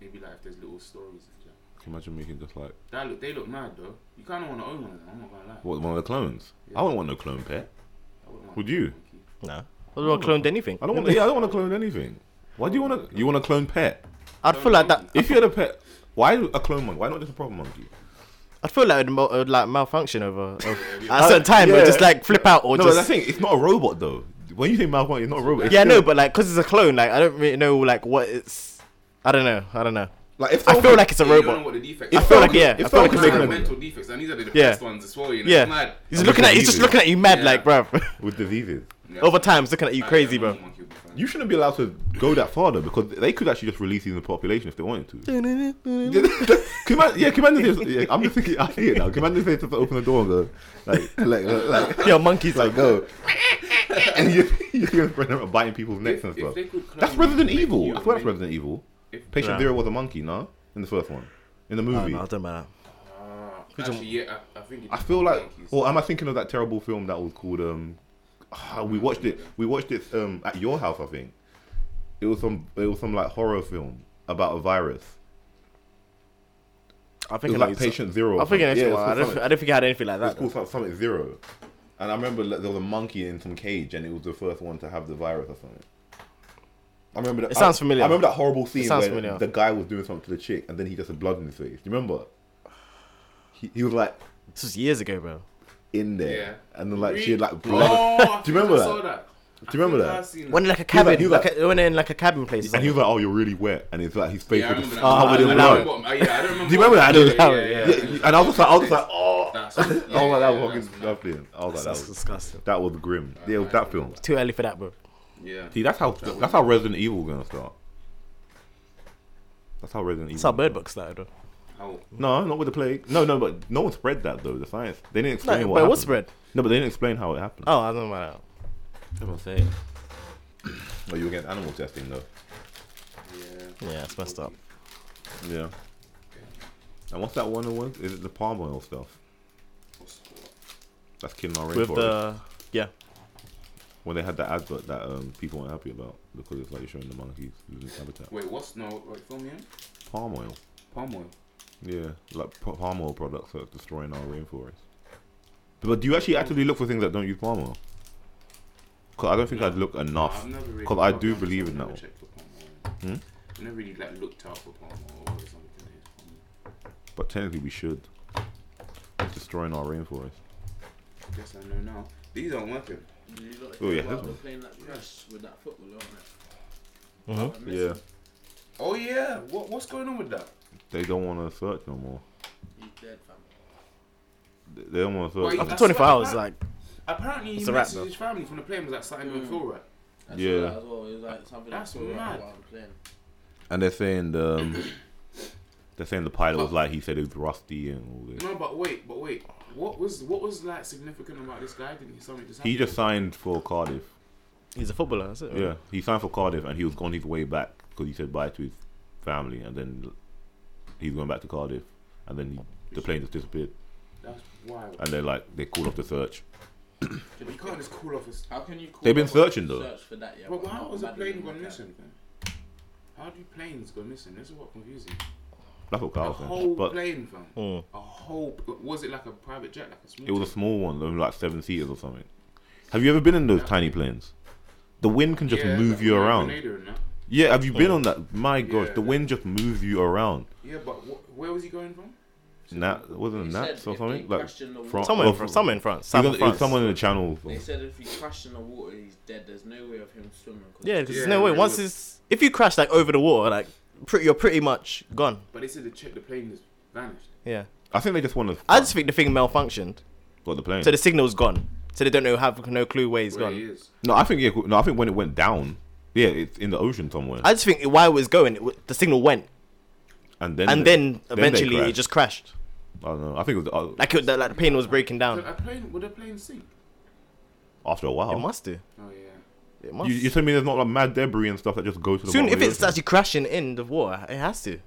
S2: maybe like if there's little stories. and shit.
S1: Can you imagine making just like
S2: That look, they look mad though. You kind of want to own one of them. I'm not gonna lie.
S1: what one of the clones? I wouldn't want no clone pet.
S2: I wouldn't want
S1: Would
S2: a
S1: you?
S2: monkey.
S3: No. I don't want to clone anything.
S1: I don't want. yeah, I don't want to clone anything. Why do you want to? You want to clone pet?
S3: I'd feel like that.
S1: If you had a pet, why a clone monkey? Why not just a proper monkey?
S3: I'd feel like it'd mo- it'd like malfunction over, over at
S1: Uh,
S3: a certain time.
S1: yeah.
S3: Or just like flip out or
S1: no, but
S3: just.
S1: that's the thing. It's not a robot though. When you say malfunction, it's not a robot. It's
S3: yeah,
S1: still-
S3: no, but like because it's a clone. Like I don't really know like what it's. I don't know. I don't know.
S1: like if
S3: I
S1: someone
S3: feel
S1: could-
S3: like it's a
S2: Yeah, you don't know
S3: robot.
S2: what the defect.
S3: I
S2: is.
S3: feel like yeah.
S1: if
S3: I feel like
S1: someone could
S3: it's
S1: make
S3: a
S2: Like
S1: an-
S3: robot.
S2: mental defects, and these are the
S3: Yeah.
S2: best ones as well. You know, it's
S3: Yeah.
S2: mad.
S3: He's
S1: I'm
S3: looking
S1: just
S3: at. He's just
S1: leaving.
S3: looking at you mad,
S2: Yeah.
S3: like, bruv.
S1: with diseases.
S2: Yeah.
S3: Over time, he's looking at you
S2: Like,
S3: crazy,
S2: a normal
S3: bro.
S2: monkey would be fine.
S1: You shouldn't be allowed to go that far though, because they could actually just release these in the population if they wanted to.
S3: That's
S1: Command, yeah, Commander says, yeah, I'm just thinking, I see it now. Commander says to open the door and go, like, like, like, like
S3: Yo, monkeys,
S1: like, go. and you, you're going to around biting people's necks
S2: If,
S1: and
S2: if
S1: stuff.
S2: they could clone
S1: That's
S2: you,
S1: Resident
S2: make
S1: Evil.
S2: you
S1: I
S2: a
S1: thought that's
S2: mini-
S1: Resident Evil.
S2: if-
S1: Patient
S3: Nah.
S1: Zero was a monkey, no? In the first one. In the movie.
S3: no, I don't matter.
S2: Ah, actually, yeah, I, I think. it
S1: I
S2: is
S1: feel like,
S2: monkeys.
S1: or am I thinking of that terrible film that was called, um, ah, we watched it, we watched it um, at your house, I think. It was some, it was some like horror film about a virus.
S3: I
S1: It
S3: think
S1: was like Patient Zero. or
S3: I'm thinking
S1: something.
S3: it's
S1: Yeah, it was
S3: I
S1: called
S3: don't.
S1: something.
S3: I don't think I had anything like that.
S1: It's called some- something zero. And I remember like, there was a monkey in some cage, and it was the first one to have the virus or something. I remember that.
S3: It sounds
S1: I-
S3: familiar.
S1: I remember that horrible scene
S3: sounds
S1: where
S3: familiar.
S1: the guy was doing something to the chick, and then he just had blood in his face. Do you remember? He, he was like
S3: This was years ago, bro.
S1: in there,
S2: Yeah.
S1: and then like she had like blood.
S2: Oh,
S1: Do you remember
S2: I saw
S1: that?
S2: that?
S1: Do you remember
S2: I think
S1: that?
S2: I've seen
S3: When in like
S1: He
S3: a
S1: was
S3: cabin,
S1: like-
S3: like,
S1: he was like-
S3: a, when in like a cabin place. or
S1: And he
S3: something.
S1: was like, "Oh, you're really wet," and it's like his face
S2: Yeah, I
S1: was
S2: remember
S1: just
S2: that.
S1: ah,
S3: I
S1: with his
S3: remember
S1: blood.
S3: that.
S2: I remember- uh, yeah, I don't remember.
S1: Do you remember that? I
S3: Yeah,
S1: don't-
S3: yeah,
S1: Yeah, you- and I was just like, I was just like, oh,
S2: That's-
S1: I was like, that was
S2: yeah,
S1: fucking
S2: that's-
S1: disgusting. I was like, that
S3: That's
S1: was
S3: disgusting.
S1: that was grim. Yeah, it was that film.
S3: Too early for that, bro.
S2: Yeah.
S1: See, that's how that's how Resident Evil gonna start. That's how Resident Evil.
S3: That's how Bird Box started, bro.
S2: How?
S1: No, not with the plague. No, no, but no one spread that though. The science they didn't
S3: No,
S1: explain what.
S3: but
S1: happened.
S3: what spread?
S1: No, but they didn't explain how it happened.
S3: Oh, I don't know.
S1: That's what I'm saying. Oh, you were against animal testing though.
S2: Yeah.
S3: Yeah, it's messed up.
S1: Yeah. And what's that one? Was is it the palm oil stuff?
S2: What's- what?
S1: That's killing our
S3: With
S1: rainforest.
S3: the yeah,
S1: When they had that advert that um, people weren't happy about because it's like you're showing the monkeys losing its habitat.
S2: Wait, what's no? Wait, film here?
S1: Palm oil.
S2: Palm oil.
S1: Yeah, like p- palm oil products that's destroying our rainforest. But do you actually actively look for things that don't use palm oil? Because I don't think I'd look enough.
S2: I've never really
S1: 'cause I
S2: I've
S1: do
S2: never-
S1: believe
S2: I've
S1: in that
S2: never
S1: one.
S2: checked for palm oil.
S1: Hmm?
S2: I've never really like looked out for palm oil or something. that is palm oil.
S1: But technically, we should. It's destroying our rainforest.
S2: I guess I know now. These aren't working.
S4: You lot
S1: Oh, yeah,
S4: think
S1: this
S4: about
S1: one.
S4: playing that press with that football, aren't they?
S3: Mhm.
S4: Like Messi,
S1: Uh-huh. Yeah,
S2: Oh yeah. What what's going on with that?
S1: they don't want to search no more.
S4: He's dead, fam.
S1: They- They don't want to search.
S2: Wait,
S1: no
S3: after
S2: that's
S1: more.
S3: twenty four
S2: what I
S3: hours,
S2: had.
S3: like
S2: Apparently, he
S3: It's a wrap,
S2: messaged
S3: though.
S2: his family from the playing was like something going
S1: Hmm.
S4: Mm.
S2: forward. right?
S4: I saw
S1: Yeah.
S4: that as well. It was like something I
S2: That's
S4: saw right
S2: mad.
S4: while I'm playing.
S1: And they're saying the, um, they're saying the pilot was like he said it was rusty and all this.
S2: No, but wait, but wait. What was what was like significant about this guy? Didn't he something just
S1: He
S2: happened?
S1: just signed for Cardiff.
S3: he's a footballer. That's it. really.
S1: Yeah, he signed for Cardiff and he was on his way back because he said bye to his family and then he's going back to Cardiff and then he, the plane just disappeared
S2: That's wild.
S1: and they're like they called off the search. Uh,
S2: But you can't just call off his.
S4: How can you? Call
S1: They've been
S4: up a
S1: searching, though.
S4: Search for that, yeah.
S2: But how
S4: not
S2: was a
S4: mad
S2: plane
S4: with
S2: gone
S4: that.
S2: missing? Then? How do planes go missing? This is what confusing.
S1: That's what
S2: A
S1: Kyle
S2: whole
S1: said. Oh, But
S2: plane, fam.
S3: Hmm.
S2: A whole. Was it like a private jet, like a small?
S1: it was a small one, only like seven seaters or something. Have you ever been in those tiny planes? The wind can just
S2: Yeah,
S1: move
S2: like
S1: you
S2: with a
S1: around.
S2: tornado and that.
S1: Yeah, have you been on that? My gosh,
S2: Yeah.
S1: the wind just moves you around.
S2: Yeah, but wh- where was he going from?
S1: Nat wasn't
S4: He
S1: it
S4: said
S1: Nats or
S4: if they
S1: something like
S4: question the
S1: from-
S4: water-
S3: Somewhere
S1: Oh,
S3: in France, somewhere in France,
S1: It
S3: south
S1: was-
S3: of
S1: it was
S3: France.
S1: someone in the channel.
S4: They said if he crashed in the water, he's dead. There's no way of him swimming. 'cause-
S3: Yeah, because there's
S2: Yeah,
S3: no way.
S2: yeah,
S3: Once
S2: yeah.
S3: it's if you crash like over the water, like pretty, you're pretty much gone.
S2: But they said the ch- the plane has vanished.
S3: Yeah,
S1: I think they just want to
S3: I just think the thing malfunctioned,
S1: got the plane.
S3: so the signal's gone, so they don't know have no clue where he's
S2: where
S3: gone.
S2: he is.
S1: No, I think yeah, no, I think when it went down, yeah, it's in the ocean somewhere.
S3: I just think while it was going, it, w- the signal went,
S1: and then
S3: and
S1: they-
S3: then
S1: they
S3: eventually it
S1: crashed.
S3: just crashed.
S1: I don't know. I think it was uh,
S3: Like it, like the plane was breaking
S2: So
S3: down.
S2: a plane? Would a plane sink?
S1: after a while.
S3: It must do.
S2: Oh yeah.
S3: It must.
S1: You, you tell me there's not like mad debris and stuff that just go to the
S3: Soon,
S1: bottom
S3: if
S1: of the
S3: it's
S1: ocean?
S3: actually crashing in the water, it has to.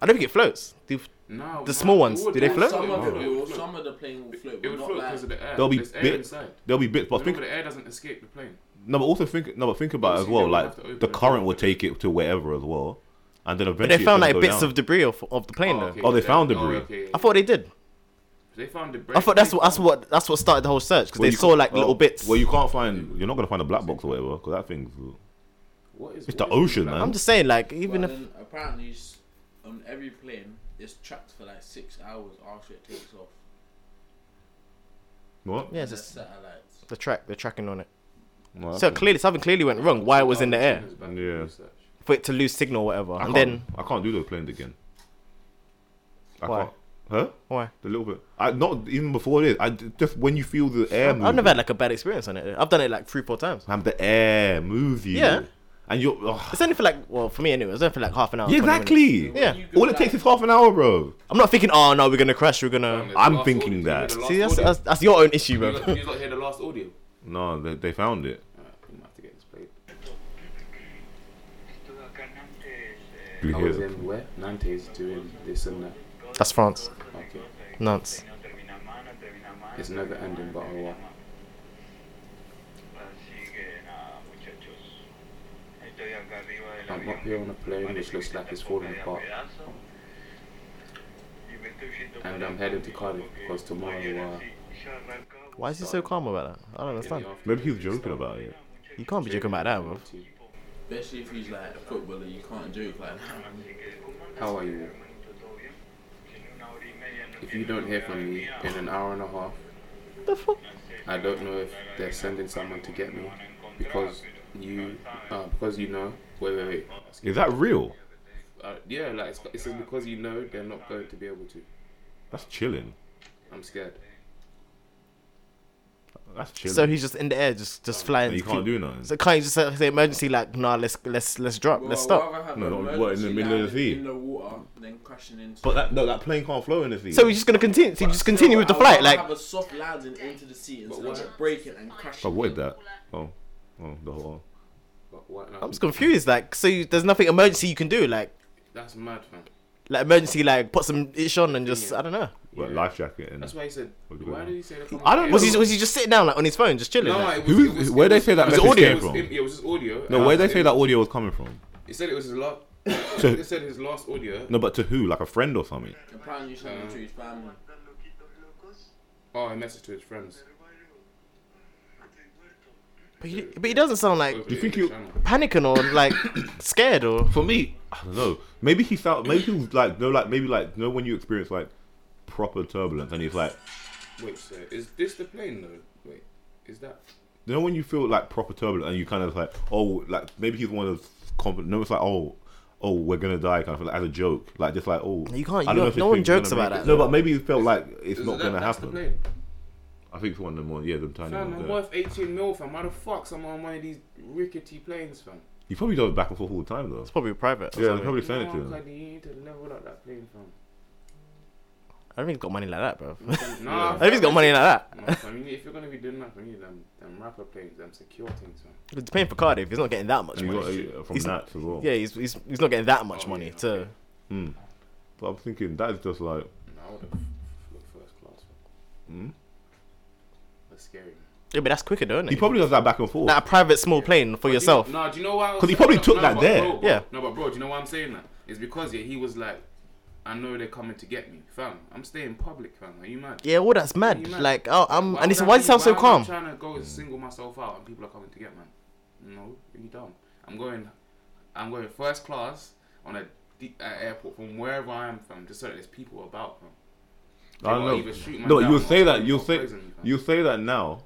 S3: I don't think it floats. Do-
S2: No.
S3: The small
S2: it
S3: ones,
S2: would
S3: do they
S2: float.
S3: float?
S4: Some
S2: It
S4: of
S1: Oh.
S2: would
S4: it will.
S2: float.
S4: Some of the plane will float.
S2: It
S4: but
S2: would
S4: not
S2: float
S4: like-
S2: because of the air.
S1: there'll be
S2: There's air
S1: bit-
S2: inside.
S1: there'll be bits, but
S2: Remember,
S1: think
S2: the air doesn't escape the plane.
S1: no, but also think no, but think about it as
S2: Obviously,
S1: well.
S2: they would have
S1: Like
S2: to open
S1: the
S2: it
S1: current
S2: up.
S1: will take it to wherever as well, and then
S3: But
S1: eventually.
S3: they
S1: it's
S3: found like
S1: gonna go
S3: bits
S1: down.
S3: of debris of, of the plane though.
S2: okay,
S1: Oh, they
S2: yeah.
S1: found debris.
S2: okay, yeah,
S3: I thought they did.
S2: They found debris.
S3: I thought that's what that's what that's what started the whole search because
S1: Well,
S3: they
S1: you
S3: saw
S1: can't-
S3: like
S1: well-
S3: little bits.
S1: Well, you can't find. You're not gonna find a black box or whatever because that thing's.
S2: What is,
S1: It's the
S2: what is
S1: ocean,
S2: that?
S1: man.
S3: I'm just saying, like even
S4: But
S3: if
S4: then apparently s- on every plane, it's trapped for like six hours after it takes off.
S1: What?
S3: yeah, it's
S4: Their
S3: just
S4: satellites.
S3: the track they're tracking on it.
S1: No,
S3: So
S1: that's-
S3: clearly something clearly went wrong. Why it was in the air
S2: It's back in
S1: Yeah.
S2: research.
S3: for it to lose signal or whatever,
S1: I can't,
S3: and then
S1: I can't do those planes again. I
S3: Why?
S1: can't. Huh?
S3: why?
S1: A little bit. I not even before this. I d- just when you feel the air.
S3: I've
S1: moving.
S3: never had like a bad experience on it. I've done it like three, four times.
S1: And the air moves you.
S3: Yeah.
S1: And you're. ugh.
S3: It's only for like well for me anyway. It's only for like half an hour.
S1: Yeah,
S3: 20 minutes.
S1: exactly.
S3: Yeah.
S4: When you go
S1: All it
S4: back-
S1: takes is half an hour, bro.
S3: I'm not thinking. Oh no, we're gonna crash. We're gonna.
S1: I'm
S2: Last
S1: thinking
S2: audio.
S1: that.
S2: The last
S3: See, that's,
S2: audio.
S3: that's that's your own issue,
S2: You
S3: bro.
S2: lot- you lot hear the last audio.
S1: No, they, they found it.
S2: Alright, we might have to get this played.
S5: Estuve acá en antes, eh,
S1: You
S2: I
S1: hear
S2: was
S1: them.
S2: in where? Nantes doing this and that.
S3: That's France.
S2: Okay.
S3: Nuts.
S5: no termina más, no termina más.
S2: It's never ending, but oh wow.
S5: Así que nada, muchachos. Estoy acá arriba del
S2: I'm up
S5: avión.
S2: here on a plane which looks like it's falling apart.
S5: Y me estoy yendo
S2: And
S5: para
S2: I'm headed to
S5: Cancún
S2: Cardiff
S5: porque
S2: because tomorrow,
S5: mañana
S2: uh,
S5: sí, ya arrancamos.
S3: Why is he so calm about that? I don't understand.
S1: Maybe he was joking about it.
S3: You can't be joking about that, bro.
S4: Especially if he's like a footballer, you can't joke like that.
S5: Así que, ¿cómo andas,
S2: How are you?
S5: hermanito? ¿Todo bien? Si en una hora y media no
S2: If you
S5: tienes
S2: don't hear from me
S5: novedad
S2: in
S5: mía,
S2: an hour and a half,
S3: The fuck?
S2: I don't know if they're sending someone to get me because you, uh, because you know. Wait, wait, wait.
S1: Is that real?
S2: Uh, yeah, like it's, it's just because you know they're not going to be able to.
S1: That's chilling.
S2: I'm scared.
S1: That's chilling.
S3: So he's just in the air, just just flying.
S1: And you can't do nothing.
S3: So can't you just uh, say emergency? Like, nah, let's let's let's drop,
S4: Well,
S3: let's
S4: I'd
S3: stop.
S4: rather have
S1: No,
S4: an
S1: no, what, in the
S4: emergency
S1: middle of the
S4: landing
S1: sea?
S4: In the water than crashing into.
S1: but that, no, that plane can't flow in the sea.
S3: So he's just gonna continue. So you just continue with the flight. Like,
S4: have a soft landing into the sea instead
S2: what-
S4: of it breaking and crashing.
S1: I avoid that. Oh, oh, the whole.
S2: But what,
S3: I'm just confused. Like, so you, there's nothing emergency you can do. Like,
S2: That's mad, fam.
S3: like emergency, like put some ish on and just I don't know.
S1: But
S2: Yeah.
S1: life jacket and
S2: That's why he said.
S1: What do you
S2: Why
S1: mean?
S2: did he say that?
S3: I don't. Was he was he just sitting down like on his phone, just chilling?
S2: No,
S3: like?
S2: it was,
S1: Who-
S2: it was,
S1: where they say that
S2: it was
S1: message
S2: audio.
S1: came
S2: It was,
S1: from?
S2: it, it was his audio.
S1: no, where
S2: Uh,
S1: they say Uh.
S2: it-
S1: that audio was coming from?
S2: He said it was his last.
S1: So-
S2: They said his last audio.
S1: No, but to who? Like a friend or something?
S4: Apparently, you should
S2: Uh,
S4: to his family.
S2: Oh, he messaged to his friends.
S3: But he, but he doesn't sound like
S2: Over
S1: you
S2: the
S1: think you-
S2: channel.
S3: panicking or like scared or.
S1: For me, I don't know. Maybe he felt. Maybe he was like no, like maybe like no. When you experience like proper turbulence, and he's like,
S2: Wait, so is this the plane though? Wait, is that?
S1: you know, when you feel like proper turbulence, and you kind of like, oh, like maybe he's one of those confident. No, it's like oh. Oh, we're gonna die, kind of like, as a joke, like just like oh,
S3: You can't-
S1: I
S3: you-
S1: don't know if this
S3: no one
S1: thing's gonna
S3: jokes about
S1: make it.
S3: that.
S1: No, but maybe he felt like it's
S2: is
S1: not
S2: that-
S1: gonna
S2: that's
S1: happen.
S2: The plane?
S1: I think it's one of them more, yeah, them tiny
S2: Fam,
S1: ones.
S2: I'm
S1: yeah.
S2: worth 18 mil, fam. Why the fuck am I on one of these rickety planes, fam?
S1: He probably does back and forth all the time though.
S3: It's probably private. or
S1: Yeah, they
S3: something.
S1: probably send it to
S2: No,
S1: him.
S2: bloody, you need to level up that plane, fam.
S3: I don't think he's got money like that, bro. I
S2: Nah,
S3: don't think he's got money like that.
S2: No, fam, you need, if you're gonna be doing that, fam, you need them, them rapper planes, them secure things, fam.
S3: He's paying for Cardiff. He's not getting that much
S1: And
S3: money.
S1: he got, uh, from
S3: He's-
S1: Nats as well.
S3: Yeah, he's, he's he's not getting that much
S2: Oh,
S3: money
S2: yeah,
S3: to.
S2: okay.
S1: Mm. But I'm thinking that is just like
S2: No, I would have looked first class, fam.
S1: mm.
S2: That's scary. man.
S3: Yeah, but that's quicker, though, isn't
S1: he
S3: it?
S1: probably does that back and forth.
S3: Like a private small plane for yourself.
S2: Do you know, nah, do you know why? I was
S1: 'Cause he
S2: saying-
S1: probably took
S2: no,
S1: that
S2: but
S1: there.
S2: Bro,
S3: Yeah.
S2: No, but bro, do you know why I'm saying that? It's because yeah, he was like, I know they're coming to get me, fam. I'm staying public, fam. Are you mad?
S3: Yeah, well, that's mad.
S2: You mad?
S3: Like, oh, I'm,
S2: Why
S3: and
S2: would
S3: it's
S2: I
S3: why does it
S2: be-
S3: sound so
S2: why am I
S3: calm?
S2: trying to go
S1: Mm.
S2: and single myself out, and people are coming to get man. No, you dumb. I'm going, I'm going first class on a de- uh, airport from wherever I am from, just so that there's people about. Fam.
S1: I don't
S2: They
S1: know.
S2: might even shoot man
S1: No,
S2: down
S1: you'll
S2: or
S1: say that.
S2: put
S1: You'll
S2: me in
S1: say
S2: prison, fam.
S1: you'll say that now,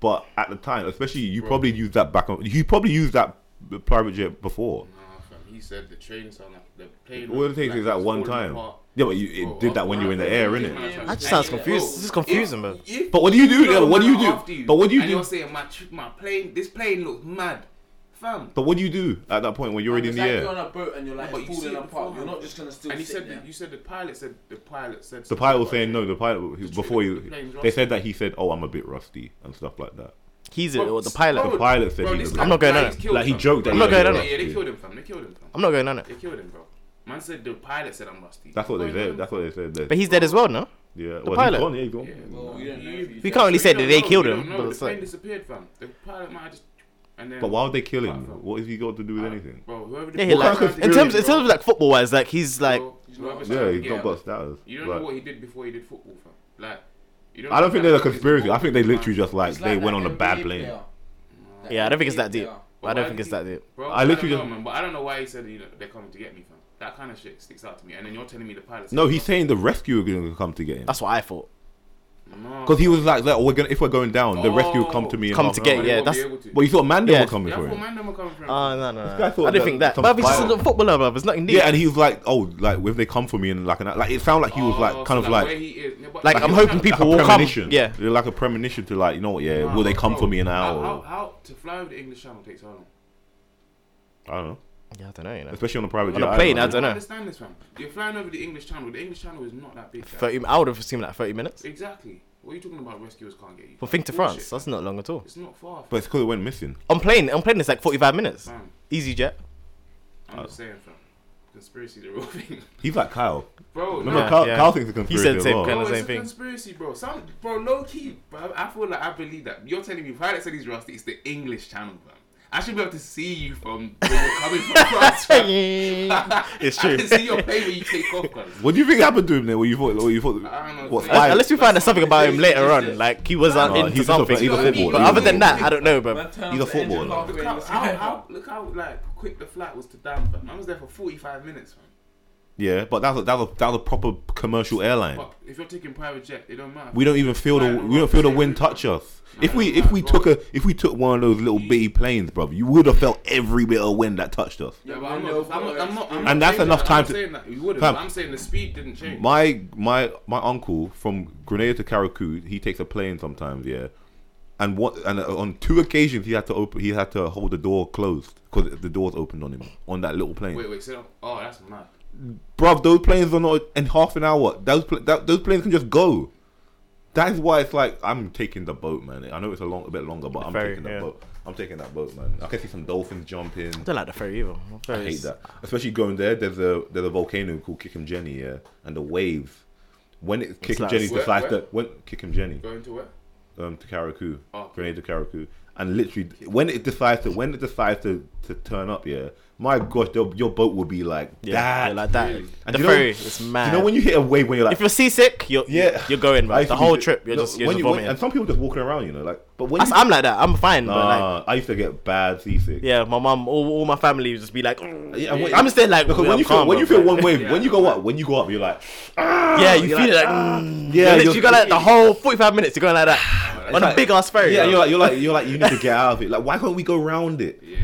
S1: but at the time, especially you probably used that back. On, you probably used that b- private jet before.
S2: Nah, fam. He said the train sound like the plane.
S1: All it takes
S2: like,
S1: is that
S2: it's
S1: one
S2: falling
S1: time.
S2: apart.
S1: Yeah, but you, it
S2: Bro,
S1: did that when you were in the air,
S2: I'm-
S1: innit?
S2: I'm-
S3: That just sounds
S2: Bro,
S3: confused. This is
S2: bro,
S3: confusing, bro.
S2: if-
S1: But what do you do
S2: if
S1: then? What do you
S2: man
S1: do?
S2: after
S1: But what do you
S2: and
S1: do-
S2: You're saying my tr- my plane. This plane looks mad, fam.
S1: But what do you do at that point when you're already in
S4: it's
S1: the
S4: like you're
S1: air?
S4: on a boat and you're like
S2: But you see
S4: falling
S2: it
S4: apart. You're
S2: beforehand.
S4: not just gonna still
S2: And he
S4: sit
S2: said
S4: there.
S2: that you said the pilot said the pilot said
S1: The pilot was saying no. The pilot he- before
S2: the
S1: you,
S2: plane's
S1: they
S2: rusty.
S1: said that he said, "Oh, I'm a bit rusty" and stuff like that.
S3: He's
S2: Bro,
S3: or the pilot.
S1: The pilot said he
S2: this
S1: was-
S2: guy-
S3: I'm not going
S2: guy
S3: on
S2: is
S3: it.
S2: killed,
S1: Like, he
S2: fam.
S1: joked that
S3: I'm he not was going on
S2: yeah,
S1: it.
S2: Yeah, they killed him, fam. They killed him, fam.
S3: I'm not going on it.
S2: They killed him, bro. Man said the pilot said I'm rusty.
S1: That's what they
S2: Bro,
S1: said. That's what they said. There.
S3: But he's dead as well, no?
S1: yeah,
S3: the
S1: well, he's
S3: pilot.
S1: gone. Yeah, he's gone.
S2: Yeah.
S4: Well, we don't know if you
S3: We
S4: did.
S3: can't really say
S2: We
S3: that
S2: don't
S3: they
S2: know,
S3: killed
S2: we
S3: him.
S2: don't know.
S3: But
S2: The
S3: it's like-
S2: plane disappeared, fam. The pilot might have just. And then,
S1: But why would they kill him?
S2: Platform. Uh,
S1: What has he got to do with anything?
S2: Bro, whoever the
S3: yeah, he
S1: What
S3: like
S1: kind of
S3: in terms in
S1: conspiracy,
S3: terms of like football wise, like he's like
S1: Yeah, he's not got status.
S2: You don't
S1: Like,
S2: know what he did before he did football, fam. Like, you don't
S1: I don't think
S2: know
S1: there's a
S2: what
S1: conspiracy. I
S2: his-
S1: think they literally just like
S4: It's
S1: they
S4: like
S1: went on
S4: that
S1: a
S4: NBA
S1: bad plane.
S4: player. That
S3: yeah, I don't think it's
S4: NBA
S3: that deep.
S4: player.
S2: But
S3: I
S2: why
S3: don't think it's
S2: did
S3: that
S2: he-
S3: deep.
S2: Bro,
S1: I
S2: I, literally
S1: literally
S2: don't know,
S1: just-
S2: man. But I don't know why he said you know they're coming to get me, fam. That kind of shit sticks out to me. And then you're telling me the pilot.
S1: No, he's saying the rescue are going to come to get him
S3: That's what I thought.
S1: because he was like, like oh, we're gonna if we're going down, the rescue will come to me. in
S3: Come
S1: half
S3: to
S1: an
S3: get-
S1: hour."
S3: yeah, that's-
S1: But you thought Mandem
S3: Yeah.
S1: were coming
S2: yeah,
S1: for
S2: that's where
S1: him.
S2: man them are coming from.
S3: Oh no no.
S1: guy
S3: no.
S1: thought
S3: I didn't
S1: that
S3: think that.
S1: some
S3: But he's just a
S1: violent-
S3: little footballer, bro. It's nothing deep.
S1: Yeah, and he was like, oh, like if they come for me and like an, like it sounded like he was
S2: Oh,
S1: like
S2: so
S1: kind of
S2: where
S1: like.
S2: he is. Yeah, but-
S3: Like, I'm hoping
S1: Like a
S3: people will come.
S1: premonition,
S3: Yeah.
S1: They're like a premonition to like you know what? Yeah,
S2: Nah,
S1: will they come
S2: bro,
S1: for me in an
S2: how-
S1: hour?
S2: How, how to fly over the English Channel takes how long?
S1: I don't know,
S3: Yeah, I don't know. You know.
S1: especially on a private
S3: On
S1: jet.
S3: a plane, I
S1: don't know.
S3: don't know.
S2: understand this, fam. You're flying over the English Channel. The English Channel is not that big. fam.
S3: Thirty. I would have assumed like thirty minutes.
S2: Exactly. What are you talking about? Rescuers can't get you.
S3: But think to
S2: Bullshit,
S3: France,
S2: fam.
S3: that's not long at all.
S2: It's not far. fam.
S1: but it's because it went missing.
S3: On plane, on plane, it's like forty-five minutes.
S2: Fam,
S3: Easy jet.
S2: I'm
S3: Oh.
S2: just saying, fam. Conspiracy, the real thing,
S1: He's like Kyle.
S2: bro.
S1: Remember,
S2: no,
S3: Yeah,
S1: Kyle,
S3: yeah.
S1: Kyle thinks it's a
S3: He
S1: conspiracy.
S3: said
S1: as
S3: same
S1: well.
S3: kind
S2: Bro,
S3: of
S2: it's
S3: same
S2: a
S3: thing.
S2: conspiracy, bro. Some, bro, low key, bro. I feel like I believe that. You're telling me Pilot said he's rusty. It's the English channel, bro. I should be able to see you from where you're coming from. France, fam.
S3: it's
S2: I
S3: true.
S2: can see your plane when you take off, guys.
S1: What do you think happened to him then? What you thought? What you thought?
S2: I don't know.
S1: What,
S2: Unless-
S1: spy-
S3: Unless we find out something about him later
S2: It's
S3: on,
S2: just-
S3: like he was uh,
S1: No,
S3: into
S1: he's just a-
S3: something.
S1: he's a
S2: You know what I mean?
S1: footballer.
S3: But other than that, I don't know, bro.
S4: Man turned
S1: He's a
S4: off the engine
S1: footballer.
S4: halfway
S2: Look
S4: in
S2: how,
S4: the
S2: how,
S4: sky.
S2: how, look how like quick the flight was to Down, fam. I was there for 45 minutes, fam.
S1: yeah, but that's a, that's a that's a proper commercial airline.
S2: But if you're taking private jet, it don't matter.
S1: We don't even feel the we don't feel the wind touch us. If we if we took a if we took one of those little bitty planes, bruv, you would have felt every bit of wind that touched us.
S2: Yeah, but I'm not, I'm not, I'm not, I'm not
S1: And that's
S2: saying
S1: enough
S2: that.
S1: time
S2: I'm
S1: to-
S2: saying that. You wouldn't.
S1: Fam.
S2: but I'm saying the speed didn't change.
S1: My my my uncle from Grenada to Karakou, he takes a plane sometimes, yeah. and what and uh, on two occasions he had to open he had to hold the door closed because the doors opened on him on that little plane.
S2: Wait, wait, so oh, that's mad.
S1: Bruv, those planes are not in half an hour. Those pl- that, those planes can just go. That is why it's like I'm taking the boat, man. I know it's a long, a bit longer, but I'm
S3: ferry,
S1: taking that
S3: yeah.
S1: boat. I'm taking that boat, man. I can see some dolphins jumping.
S3: I don't like the ferry either. The
S1: I
S3: ferry
S1: hate
S3: is-
S1: that, especially going there. There's a there's a volcano called Kickham Jenny, yeah, and the waves. When it Kickham
S3: like-
S1: Jenny
S2: Where-
S1: decides
S2: where?
S1: to when Kickham Jenny
S2: Going to where?
S1: um, to Karakou,
S3: Ah.
S2: Oh.
S1: Grenade to Karakou, and literally when it decides to when it decides to, to turn up, yeah, my gosh, your, your boat will be like
S3: Yeah, yeah,
S1: that.
S3: like that.
S2: Really?
S1: And
S3: The
S1: you know-
S3: ferry is mad.
S1: you know when you hit a wave when you're like,
S3: if you're seasick, you're
S1: yeah,
S3: you're going
S1: I
S3: right.
S1: used
S3: The
S1: to be
S3: whole
S1: sick.
S3: trip, you're
S1: No,
S3: just you're
S1: when
S3: just
S1: you- when-
S3: vomiting.
S1: and some people just walking around, you know, like but when
S3: That's-
S1: you,
S3: I'm like that. I'm fine. but like,
S1: Nah, I used to get bad seasick.
S3: yeah, my mum, all, all my family would just be like, "Mm."
S1: Yeah, and when-
S3: I'm just there like
S1: because
S3: "Yeah,
S1: when
S3: I'm
S1: you feel
S3: calm,
S1: when you
S3: bro."
S1: feel one wave,
S2: Yeah.
S1: when you go up, when you go up, you're like,
S3: yeah, you
S1: you're like,
S3: feel it like,
S1: "Ah." Yeah,
S3: "Mm." You're
S1: you're-
S3: literally go like the whole 45 minutes. You're going like that on a
S1: like-
S3: big ass ferry.
S1: yeah,
S3: bro.
S1: you're like, you're like, you're like, you need to get out of it. Like, why can't we go round it?
S2: Yeah.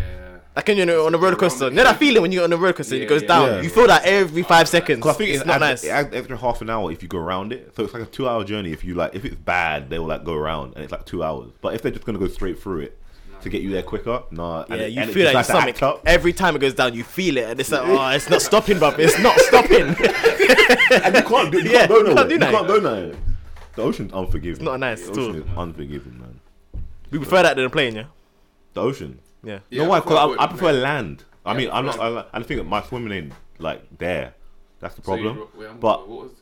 S3: Like when you're on a roller coaster. You know that feeling when you're on a roller coaster and it
S2: Yeah,
S3: goes
S2: yeah,
S3: down?
S1: yeah.
S3: You feel that every five seconds.
S1: Because I think
S3: it's,
S1: it's,
S3: not
S1: adds-
S3: nice.
S1: it adds extra half an hour if you go around it. So it's like a two hour journey if you like if it's bad, they will like go around and it's like two hours. But if they're just gonna go straight through it to get you there quicker, nah.
S3: yeah,
S1: and it-
S3: you
S1: and it
S3: feel that in your
S1: just has to act
S3: stomach.
S1: up.
S3: Every time it goes down, you feel it. And it's like, oh, it's not stopping, bruv. It's not stopping.
S1: and you can't, do, you
S3: Yeah,
S1: can't go
S3: you can't
S1: nowhere.
S3: do
S1: You
S3: that.
S1: can't go nowhere. The ocean's unforgiving. It's
S3: not nice
S1: The
S3: at all.
S1: ocean is unforgiving, man.
S3: we prefer that than a plane, yeah?
S1: The ocean.
S3: Yeah.
S1: no, why? Because I, I
S2: would,
S1: prefer
S2: mate.
S1: land. I mean,
S2: Yeah,
S1: I'm not.
S2: right.
S1: I, like- I think that my swimming ain't like there. That's the
S2: So you
S1: problem.
S2: dro- wait, I'm-
S1: but
S2: what was it?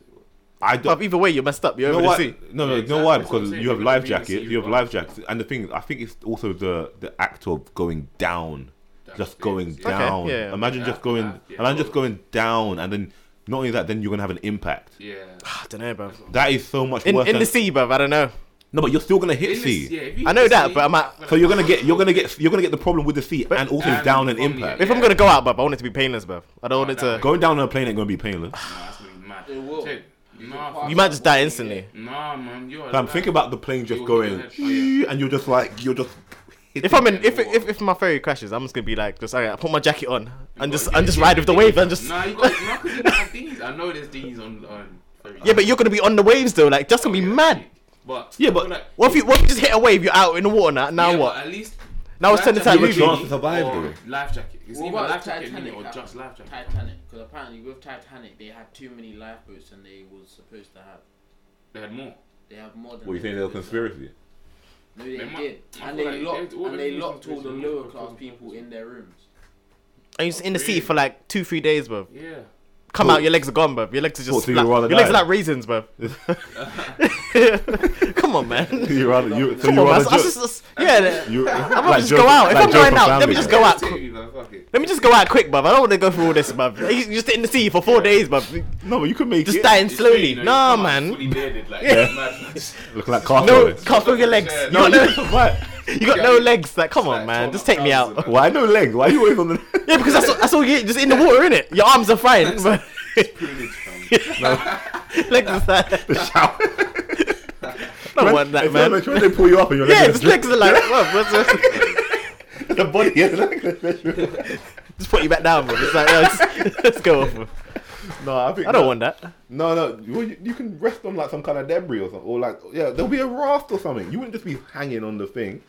S1: I don't.
S3: Bruv, either way, you're messed up. You're
S1: No,
S3: over
S1: why?
S3: the sea.
S1: No, no,
S2: Yeah,
S1: no, why?
S2: exactly. That's what I'm
S1: Because
S2: saying.
S1: you have
S2: You're
S1: life
S2: gonna be in the
S1: jackets.
S2: sea
S1: You have
S2: with
S1: life
S2: us.
S1: jackets, and the thing is, I think it's also the the act of going down,
S2: That's
S1: just
S2: it,
S1: going
S2: yeah.
S3: Okay,
S1: down.
S3: yeah.
S1: Imagine
S2: Yeah,
S1: just going,
S2: yeah, yeah.
S1: imagine just going down, and then not only that, then you're gonna have an impact.
S2: Yeah.
S3: I don't know, bruv.
S1: That is so much
S3: In,
S1: worse.
S3: in
S1: than-
S3: the sea, bruv. I don't know.
S1: No, but you're still gonna hit
S2: In
S1: sea.
S2: this- yeah, if you
S3: I know
S2: can
S3: that,
S2: see-
S3: but I'm at-
S1: So you're gonna get, you're gonna get, you're gonna get the problem with the sea, and also it's
S2: and
S1: down and
S2: from the-
S1: impact.
S3: If I'm
S2: Yeah.
S3: going to go out, bruv, I want it to be painless, bruv. I don't want it
S2: that
S3: to.
S2: way.
S1: Going down on a plane ain't gonna be painless.
S2: Nah, that's gonna be mad.
S4: It will.
S2: Dude, Nah,
S3: You might just die instantly.
S2: Nah, man. You're.
S1: I'm thinking about the plane just
S2: You'll
S1: going,
S2: hit your
S1: and you're just like, you're just.
S3: If I'm in,
S2: Yeah,
S3: if,
S2: no
S3: if
S2: water.
S3: if my ferry crashes, I'm just gonna be like, just alright, I put my jacket on and just
S2: Yeah,
S3: and just
S2: yeah,
S3: ride with the
S2: yeah.
S3: wave and just.
S2: Nah, you got. Nah, 'cause you don't have dinghies. I know there's dinghies on. on
S3: Yeah, but you're gonna be on the waves though. Like that's gonna be
S2: Yeah,
S3: mad.
S2: But
S1: Yeah, but-
S2: like,
S3: What if you what if you just hit a wave? You're out in the water now. Now
S2: yeah, but
S3: what?
S2: At least
S3: Now it's
S2: life
S3: turning into a
S2: jacket
S1: movie.
S2: or
S1: Chance to survive, though.
S2: Life jacket. It's
S4: What
S2: either
S4: about
S2: life jacket
S4: Titanic?
S2: or just life jacket.
S4: Titanic, because apparently with Titanic they had too many lifeboats than they was supposed to have.
S2: They had more.
S4: They have more than.
S1: What you
S4: they
S1: saying? Little
S4: supposed to
S1: conspiracy.
S4: have. No, they
S2: They might-
S4: did,
S2: I feel
S4: and they
S2: like
S4: locked
S2: they- all
S4: and
S2: of
S4: they
S2: these
S4: locked all the
S2: conspiracy
S4: lower
S2: theories
S4: class
S2: are
S4: people in their rooms.
S3: And you're just in the sea for like two three days, bro.
S2: Yeah.
S3: Come
S1: Cool.
S3: out, your legs are gone, bro. Your legs are just
S1: Cool, so you'd
S3: like-
S1: rather
S3: your legs are
S1: die.
S3: like raisins, bro. Come on, man.
S1: you rather, you, so
S3: Come
S1: you
S3: on, man.
S1: rather
S3: So I
S1: just-
S3: just, just- yeah.
S1: You, I'm
S3: gonna just go out. If I'm going out, let me just go out.
S2: Titanic, man, fuck it.
S3: Let me just go out quick, bruv. I don't want to go through all this, bruv. You just sit in the sea for four days, bruv.
S1: No, but you can make
S3: Just
S1: it.
S3: dying
S2: It's
S3: slowly.
S2: clean, you know,
S3: Nah,
S2: you come out
S3: man.
S2: fully bearded, like,
S3: Yeah.
S2: mad.
S1: Look like Castaway.
S3: No, can't feel your legs.
S2: Yeah,
S3: You
S1: No,
S3: got no,
S1: you- what?
S3: you got no legs. Like, come on,
S2: like
S3: man.
S2: torn
S3: Just
S2: up
S3: take me
S2: trousers,
S3: out.
S2: man.
S1: Why no leg? Why are you always on the?
S3: Yeah, because that's, that's all you get. Just in the water, innit? Your arms are fine. but-
S2: Privilege, fam.
S3: legs are fine.
S1: the shower?
S3: I don't want that, man.
S1: It's when they pull you up and your legs.
S3: Yeah,
S1: are
S3: just legs are like, bruv, what's what's-
S1: dripping. the body. Yeah, the legs.
S3: just put you back down, bruv. It's like, no, just, let's go off. bruv.
S1: no, I think
S3: I don't want that.
S1: No, no. Well, you, you can rest on like some kind of debris or something, or like yeah, there'll be a raft or something. You wouldn't just be hanging on the thing.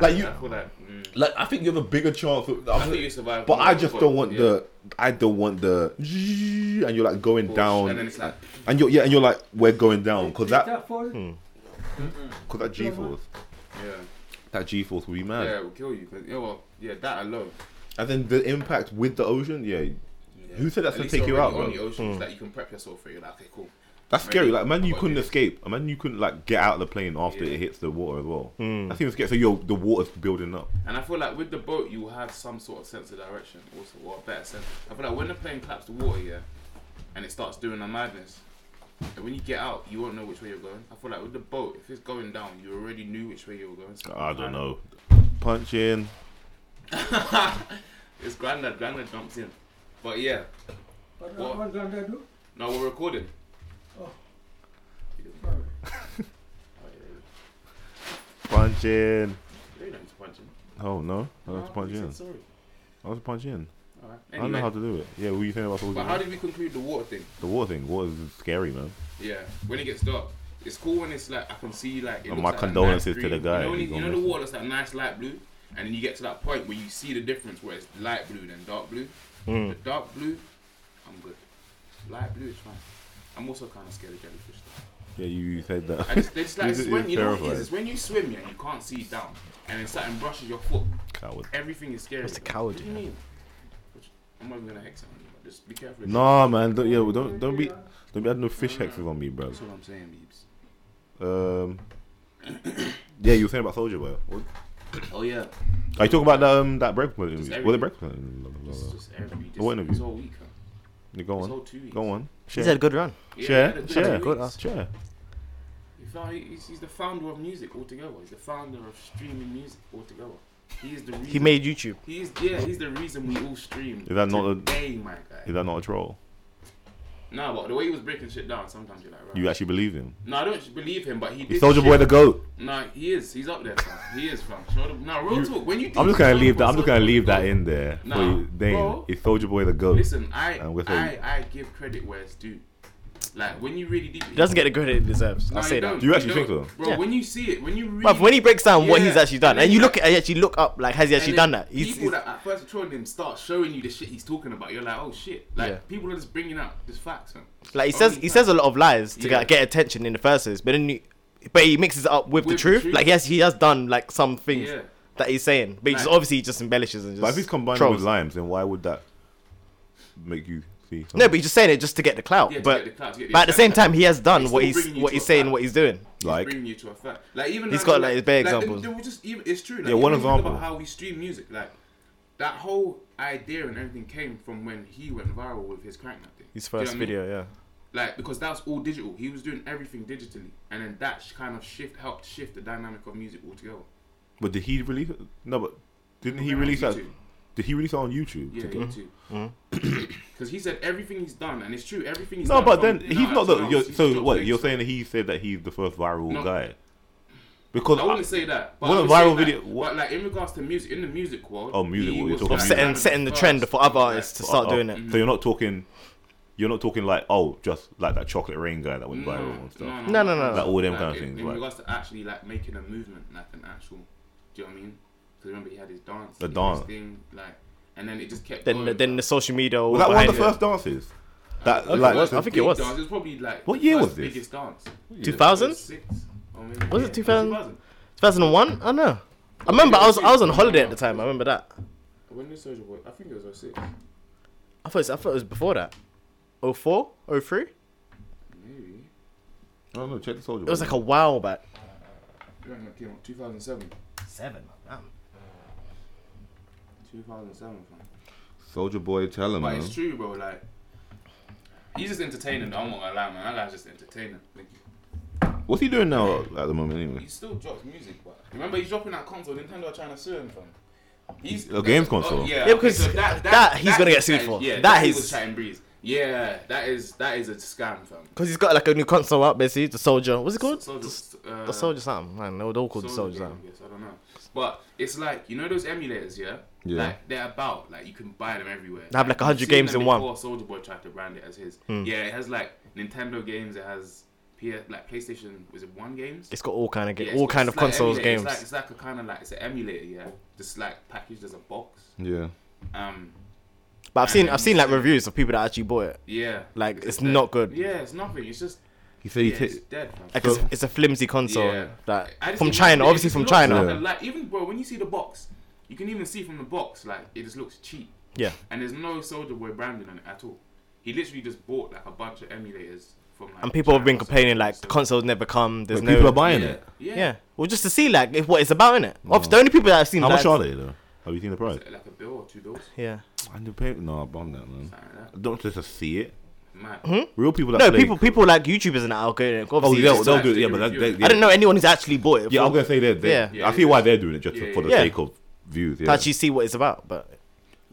S1: Like you,
S2: I feel like, mm,
S1: like I think you have a bigger chance. Of,
S2: I think you survive.
S1: But
S2: more,
S1: I just don't want
S2: yeah.
S1: the. I don't want the. And you're like going down,
S2: and then it's like-
S1: and you're yeah, and you're like we're going down because that
S4: for
S1: because that G force,
S2: Yeah.
S1: that G force will be mad.
S2: Yeah, it will kill you. 'cause- yeah, well, yeah, that I love.
S1: And then the impact with the ocean, yeah, Who said that's
S2: At
S1: gonna
S2: least
S1: take you
S2: already
S1: out,
S2: On
S1: bro? Hmm.
S2: the ocean, it's like you can prep yourself for it. You're like, okay, cool.
S1: that's
S2: Really?
S1: scary. Like man, you
S2: But
S1: couldn't
S2: yeah.
S1: escape. Man, you couldn't like get out of the plane after
S2: Yeah.
S1: it hits the water as well. That's even scary. So you're the water's building up.
S2: And I feel like with the boat, you will have some sort of sense of direction, also, or a better sense. I feel like when the plane claps the water, yeah, and it starts doing the madness, and when you get out, you won't know which way you're going. I feel like with the boat, if it's going down, you already knew which way you were going. So
S1: I don't know. Punch in.
S2: It's granddad. Granddad jumps in. But yeah, What? what now we're recording. Oh.
S1: Punch in.
S2: You don't need to punch him.
S1: Oh no, I don't have to punch
S2: You said
S1: in.
S2: Sorry.
S1: I have to punch in.
S2: All right.
S1: I don't know
S2: Anyway,
S1: how to do it. Yeah, what are you saying about
S2: but how
S1: the,
S2: did we conclude the water thing?
S1: the water thing? Water's scary, man.
S2: Yeah, when it gets dark. it's cool when it's like I can see like. it
S1: And
S2: looks
S1: my
S2: like a nice
S1: condolences to
S2: green.
S1: the guy.
S2: You know, when
S1: He's
S2: you- you
S1: gonna
S2: know the
S1: miss it.
S2: water that's that nice light blue, and then you get to that point where you see the difference where it's light blue then dark blue.
S3: Hmm.
S2: The dark blue, I'm good. Light blue is fine. I'm also kind of scared of jellyfish. Though.
S1: Yeah, you said
S2: I
S1: that.
S2: just, it's like
S1: He's-
S2: it's when
S1: he's
S2: you know what it
S1: terrified.
S2: is. It's when you swim yeah, and you can't see down, and then something brushes your foot.
S1: Coward.
S2: Everything is scary.
S3: What's a
S2: bro.
S3: coward,
S2: What do you
S3: yeah?
S2: mean? Which- I'm not even gonna hex someone, but just be careful.
S1: Nah, man. Don't, yeah, well, don't don't be don't be adding no fish hexes on me, bro.
S2: That's what I'm saying, Beebs.
S1: Um, yeah, you were saying about Soldier Boy. What-
S2: Oh yeah.
S1: Are you talking about that, um, that breakfast interview?
S2: everything.
S1: Was it breakfast? Blah, blah, blah,
S2: It's
S1: blah.
S2: just every just,
S1: What interview?
S2: It's all week. huh?
S1: Yeah, Go
S2: It's all
S1: on,
S2: two weeks.
S1: go on.
S3: He's had a
S1: Share,
S3: good run.
S2: Yeah,
S1: share,
S2: the-
S1: share,
S2: the weeks.
S1: share.
S2: He found- he's, he's the founder of music altogether. He's the founder of streaming music altogether. He is the reason.
S3: He made YouTube.
S2: He's yeah. He's the reason we all stream.
S1: Is that not a-
S2: today, my guy?
S1: Is that not a troll?
S2: no, but the way he was breaking shit down, sometimes you're like, right.
S1: You actually believe him?
S2: no, I don't believe him, but he did.
S1: Is Soldier Boy
S2: shit-
S1: the goat?
S2: No, he is. He's up there. Fam. He is, fam. Show the, no, real talk. When you,
S1: I'm
S2: think
S1: just gonna
S2: Soulja
S1: leave that.
S2: Boy-
S1: I'm just gonna
S2: Soulja
S1: leave
S2: Boy-
S1: that in there.
S2: Nah,
S1: for you. Dane,
S2: bro.
S1: is Soldier Boy the goat?
S2: Listen, I,
S1: And with
S2: I, I give credit where it's due. Like when you really deep,
S3: He doesn't get the credit he deserves.
S2: No,
S3: I'll say
S2: don't.
S3: that.
S1: You actually think
S2: don't.
S1: so?
S2: bro?
S3: Yeah.
S2: When you see it, when you really,
S3: But when he breaks down what
S2: Yeah.
S3: he's actually done,
S2: And then
S3: and you
S2: you
S3: look,
S2: like-
S3: I actually look up, like, has he actually
S2: and
S3: done
S2: then
S3: that? He's,
S2: people
S3: he's
S2: that at first trolling him start showing you the shit he's talking about. You're like, oh shit! Like
S3: Yeah.
S2: people are just bringing out this facts. Man.
S3: like he says,
S2: Only
S3: he
S2: time.
S3: says a lot of lies to
S2: Yeah.
S3: get, get attention in the first place, but then, you, but he mixes it up with, the,
S2: With the
S3: truth.
S2: truth.
S3: Like he has, he has done like some things
S2: Yeah.
S3: that he's saying, but he just
S2: Like-
S3: obviously he just embellishes and just.
S1: But if he's combined
S3: trolls.
S1: with limes, then why would that make you see?
S3: No, but he's just saying it just to get the clout.
S2: Yeah, to
S3: but
S2: get the clout, to get the
S3: but at the same
S2: attention.
S3: time, he has done
S2: It's
S3: what
S2: still
S3: he's
S2: bringing you
S3: what
S2: to
S3: he's
S2: a
S3: saying,
S2: fact.
S3: what he's doing.
S1: like,
S2: bringing you to a fact. Like even
S3: He's
S2: like,
S3: got,
S2: like
S3: like, bare
S2: like,
S3: examples.
S2: They, they were just even it's true. Like,
S1: Yeah, one
S2: even think
S1: example.
S2: about how we stream music. Like that whole idea and everything came from when he went viral with his crank that thing.
S3: His
S2: Do you know
S3: first
S2: what I mean? oh,
S3: video, yeah.
S2: like because that was all digital. He was doing everything digitally, and then that sh- kind of shift helped shift the dynamic of music altogether.
S1: but did he release? it? No, but didn't he
S2: Yeah,
S1: release that?
S2: YouTube.
S1: Did he release it on YouTube?
S2: Yeah,
S1: together?
S2: you too. Because he said everything he's done, and it's true. Everything he's
S1: Mm-hmm. No,
S2: done.
S1: but then
S2: from- No,
S1: he's not
S2: that's-
S1: the.
S2: no,
S1: You're,
S2: he's
S1: so
S2: dropped
S1: what?
S2: big
S1: You're
S2: stuff.
S1: saying that he said that he's the first viral
S2: No.
S1: guy? Because
S2: I wouldn't say that. But
S1: What
S2: I
S1: a
S2: would
S1: viral
S2: say that,
S1: video- what-
S2: But like in regards to music, in the music world.
S1: Oh, music
S2: he
S1: world, you're
S2: was
S1: talking
S2: like
S1: music.
S3: Setting
S2: one of
S3: setting the
S2: first.
S3: trend for other
S2: Like,
S3: artists to start
S1: Oh,
S3: doing
S1: oh.
S2: Mm-hmm.
S3: it.
S1: So you're not talking. You're not talking like oh, just like that chocolate rain guy that went
S2: no,
S1: viral and stuff.
S3: No, no, no, no.
S1: Like all them kind of
S2: in-
S1: things,
S2: In
S1: like-
S2: regards to actually like making a movement, like an actual. Do you know what I mean? Because remember he had his dance.
S1: The
S2: he had his
S1: dance.
S2: Thing, like, and then it just kept.
S3: Then
S2: going,
S3: the, then the
S2: like-
S3: social media. all
S1: Was that one of the
S3: behind
S1: first dances? That
S2: It
S1: like
S3: was- I
S1: the-
S3: think it
S2: big
S3: was.
S2: Dance. It was probably like.
S1: What
S2: the
S1: year
S2: first
S1: was this?
S2: Biggest dance.
S3: it. 2000,
S2: 2006, or maybe-
S3: Was it
S2: yeah,
S3: 2000? 2001. I don't know. I remember I was I was on holiday at the time. I remember that.
S2: When did Soldier Boy? I think it was 06.
S3: I thought it was, I thought it was before that. 04? 03? It
S2: Maybe.
S1: I don't know. Check the soldier.
S3: was like a while back.
S2: Yeah, no, it came out 2007.
S3: Seven.
S2: 2007. fam.
S1: soldier boy. Tell him,
S2: But
S1: man.
S2: it's true, bro. Like, he's just entertaining. though, I'm not gonna lie, man. That guy's just entertaining. Like,
S1: What's he doing now at the moment? Anyway,
S2: he still drops music, but remember he's dropping that console. Nintendo are trying to sue him, fam. He's Oh,
S1: A games console?
S2: yeah,
S3: Yeah, because
S2: okay,
S3: that he's gonna get sued
S2: that is-
S3: for.
S2: Yeah,
S3: That
S2: that
S3: is-
S2: is was chatting breeze. Yeah, that is that is a scam, fam.
S3: Because he's got like a new console out, basically. The Soldier. What's it called?
S2: Soldier, uh,
S3: The Soldier something. Man, they were all called the Soldier
S2: Game,
S3: something.
S2: I guess, I don't know. But it's like you know those emulators, yeah.
S1: Yeah.
S2: Like they're about like you can buy them everywhere.
S3: They have, like, 100
S2: you've seen
S3: games
S2: them
S3: in one. Hmm.
S2: Before Soldier Boy tried to brand it as his. Yeah, it has like Nintendo games. It has PS, like PlayStation. Was it one games?
S3: It's got all kind of ga-
S2: Yeah,
S3: all
S2: it's-
S3: kind
S2: it's
S3: of
S2: like
S3: consoles
S2: emulator.
S3: games.
S2: It's like, it's like a kind of like it's an emulator, yeah. Just like packaged as a box.
S1: yeah.
S2: Um,
S3: but I've seen
S2: and
S3: I've seen like
S2: it's-
S3: reviews of people that actually bought it.
S2: yeah.
S3: Like, it's
S2: just dead.
S3: not good.
S2: Yeah, it's nothing. It's just
S1: He said he
S2: yeah,
S1: ta-
S2: it's dead. fam.
S3: Like it's, it's a flimsy console
S2: Yeah.
S3: that
S2: I just
S3: from
S2: think
S3: China,
S2: it
S3: obviously
S2: just
S3: from
S2: looks
S3: China.
S2: Like, like, even bro, when you see the box, you can even see from the box like it just looks cheap,
S3: Yeah.
S2: and there's no Soldier Boy branding on it at all. He literally just bought like a bunch of emulators from. Like,
S3: And people have been
S2: China or
S3: complaining
S2: something,
S3: like the
S2: so-
S3: consoles never come. There's
S1: But
S3: no
S1: people are buying
S2: Yeah,
S1: it.
S2: yeah.
S3: Yeah. Well, just to see like if, what it's about, innit? Obviously, the only people that I've seen.
S1: How much
S3: that-
S1: are they though? Have you seen the price?
S2: Like a bill or two bills.
S3: Yeah.
S1: And the pay- no, I bummed that man.
S2: something like
S1: Don't just to see it.
S2: that. Mad.
S3: Hmm?
S1: Real people. That
S3: No,
S1: play-
S3: people people like YouTubers and that are going.
S1: Oh,
S3: Obviously,
S1: they'll,
S2: just
S1: they'll
S2: like
S1: do it. Yeah,
S2: to
S1: but that,
S2: review
S1: they,
S2: it.
S1: they-
S3: I don't know anyone who's actually bought it.
S1: Yeah, I'm
S3: for-
S1: gonna say they're. they
S3: Yeah.
S1: I see why they're doing it just
S2: Yeah, yeah,
S1: for the
S2: yeah.
S1: sake of views.
S3: to
S1: Yeah.
S3: actually see what it's about. But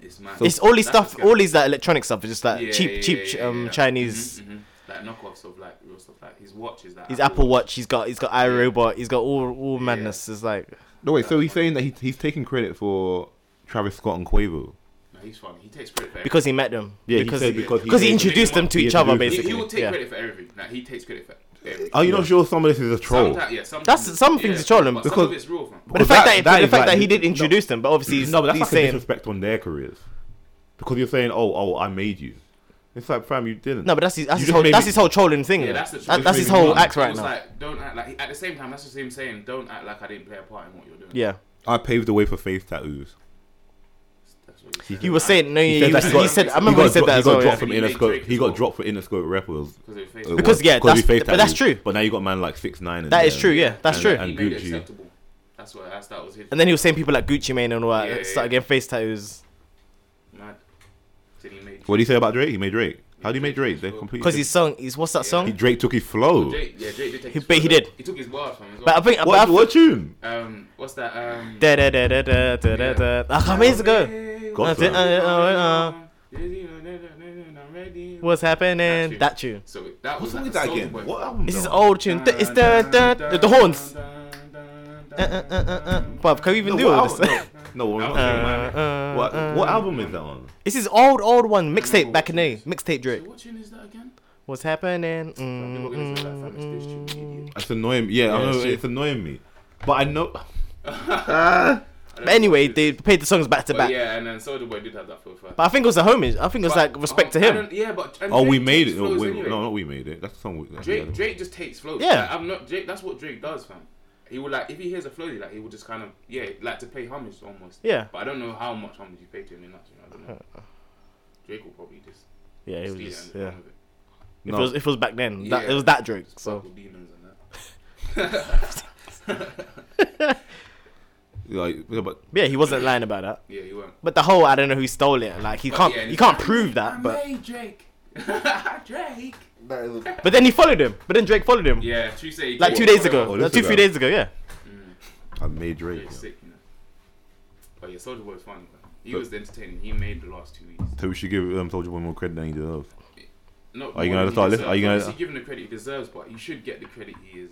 S2: It's mad.
S3: it's all these
S2: That's a
S3: stuff,
S2: scam.
S3: all these like electronic stuff is just like
S2: Yeah,
S3: cheap,
S2: yeah,
S3: cheap
S2: yeah, yeah,
S3: um,
S2: yeah.
S3: Chinese.
S2: Mhm, mhm. Like knockoffs of like real stuff. Like his watch is that.
S3: His Apple Watch, he's got he's got iRobot, he's got all all madness. It's like
S1: No wait. So he's saying that he, he's taking credit for Travis Scott and Quavo.
S2: No, he's funny. He takes credit for everything.
S3: because he met them.
S1: Yeah, he
S3: because
S1: said
S3: he,
S1: because he
S3: because he
S1: made-
S3: introduced them to
S1: he
S3: each other
S1: introduced-
S2: he,
S3: basically.
S2: he will take
S3: yeah.
S2: credit for everything. Like he takes credit for them.
S1: Are you not sure some of this is a troll?
S2: Sometimes- yeah, some
S3: That's-
S2: things-
S3: some things are trolling
S2: but some
S3: because-
S2: of it's real. Fam.
S3: But the
S1: Because
S3: fact
S1: that-
S3: that,
S1: that
S3: the
S1: is
S3: fact
S1: like-
S3: that he did
S1: no.
S3: introduce them, but obviously he's,
S1: no, but that's
S3: he's
S1: like a
S3: saying
S1: disrespect on their careers because you're saying, "Oh, oh, I made you." It's like, fam, you didn't.
S3: no, but that's his, that's
S1: You
S3: his
S1: just
S3: whole
S1: made
S3: that's
S1: me-
S3: his whole trolling thing.
S2: Yeah,
S3: innit?
S2: that's the
S3: That-
S2: truth.
S3: that's his
S1: Maybe
S3: whole
S1: not.
S3: act right
S2: It's
S3: now.
S2: Like, don't act like. At the same time, that's just him saying, "Don't act like I didn't play a part in what you're doing."
S3: yeah,
S1: I paved the way for face tattoos.
S2: That's what he said.
S3: you were saying no.
S1: He
S3: He,
S1: said
S3: he,
S1: that
S3: was,
S1: he
S3: he
S1: got-
S3: said. I
S2: he
S3: remember he,
S1: got,
S3: said
S1: dro-
S3: that
S1: he
S3: as
S1: got
S3: well.
S1: dropped
S3: yeah.
S1: from
S2: He made Drake
S1: Interscope. He got
S2: as
S1: dropped for Interscope rappers. uh,
S2: Because they faced
S1: It
S3: Because,
S1: was-
S3: yeah,
S1: he
S3: that's-
S1: faced
S3: but that's
S1: tattoos.
S3: true.
S1: But now you got man like six nine.
S3: That is true. Yeah, that's
S1: and,
S3: true.
S1: And
S2: he made it
S1: Gucci.
S2: acceptable. That's what that's, that was his.
S3: And then he was saying people like Gucci Mane and all that.
S2: Yeah,
S3: Yeah,
S2: yeah,
S3: start
S2: yeah.
S3: getting face tattoos
S2: Mad. Said he made.
S1: What do you say about Drake? He made Drake. How do you make Drake? They're completely
S3: because his song is what's that
S1: He,
S3: song?
S1: Drake took his flow.
S2: Drake, yeah, Drake did take.
S3: He-
S2: his
S3: but he
S2: photo.
S3: did.
S2: He took his bars from. As well.
S3: But I think but I
S1: What,
S3: think-
S1: what tune?
S2: Um, what's that? Um,
S3: Da da da da da da da da. Ah, How many years ago?
S1: Got
S3: Nothing,
S1: that.
S3: uh, uh, uh, What's happening?
S2: That
S3: That tune.
S2: So that was
S1: What's wrong with
S2: like a
S1: that
S2: song
S1: again?
S2: where-
S1: What album?
S3: This is
S1: though?
S3: old tune. Th- It's the the the
S2: Uh,
S3: horns. Uh, uh, uh, uh, uh. Bruv, can we even
S1: No,
S3: do
S1: what
S3: all this?
S1: album- No, no,
S2: That
S1: what,
S2: was
S1: album?
S2: Drake, man.
S1: what, what album is that on?
S3: It's his old old one mixtape back in the day. Mixtape Drake.
S2: What tune is that again?
S3: What's
S2: I'm
S3: happening? Mm,
S2: not gonna say that, fam. It's this tune, you idiot.
S1: It's annoying. Yeah, I
S3: Yeah,
S1: know,
S3: it's true.
S1: it's annoying me. But I know.
S3: Mm, But anyway, they played the songs back to
S2: But
S3: back.
S2: yeah, and then Soldier Boy did have that flow first.
S3: But I think it was a homage. I think it was like respect to
S2: I
S3: him.
S2: don't- Yeah, but and
S1: Oh, we
S2: Drake
S1: made
S2: takes
S1: it. No,
S2: flows
S1: wait,
S2: anyway.
S1: no, not we made it. That's the song. We, that's the
S2: Drake,
S1: other-
S2: Drake just takes flows.
S3: Yeah.
S2: Like, I'm not Drake. That's what Drake does, fam. He will like if he hears a flow, he, like he will just kind of yeah, like to pay homage almost.
S3: Yeah.
S2: But I don't know how much homage you pay to him in that. You know, I don't know. Drake will probably just
S3: Yeah, it was
S2: steal
S3: just
S2: it and
S3: yeah.
S2: run with it.
S3: If
S1: No.
S3: it was if it was back then, that,
S2: Yeah.
S3: it was that Drake.
S2: So.
S3: So
S2: demons and that.
S1: Like, yeah, but
S3: yeah, he wasn't lying about that.
S2: Yeah, you won't.
S3: But the whole I don't know who stole it. Like he can't
S2: yeah, and
S3: you
S2: it's
S3: can't
S2: like,
S3: prove that. But
S2: Hey, Drake. Drake.
S3: but then he followed him. But then Drake followed him.
S2: Yeah, true say.
S3: Like two
S2: Drake,
S3: days
S2: whatever.
S3: ago,
S1: Oh,
S3: like
S1: this
S3: two
S1: is
S3: three
S1: that.
S3: days ago, yeah.
S1: I made
S2: Yeah,
S1: Drake.
S2: it's
S1: yeah.
S2: sick, you know. But yeah, Soldier Boy was fun. Bro. He was entertaining. He made the last two weeks.
S1: So we should give um, Soldier Boy more credit than he deserves.
S2: No,
S1: Are you gonna
S2: more than he
S1: start this?
S2: deserves.
S1: Are you gonna-
S2: Obviously, give him the credit he deserves, but you should get the credit he is.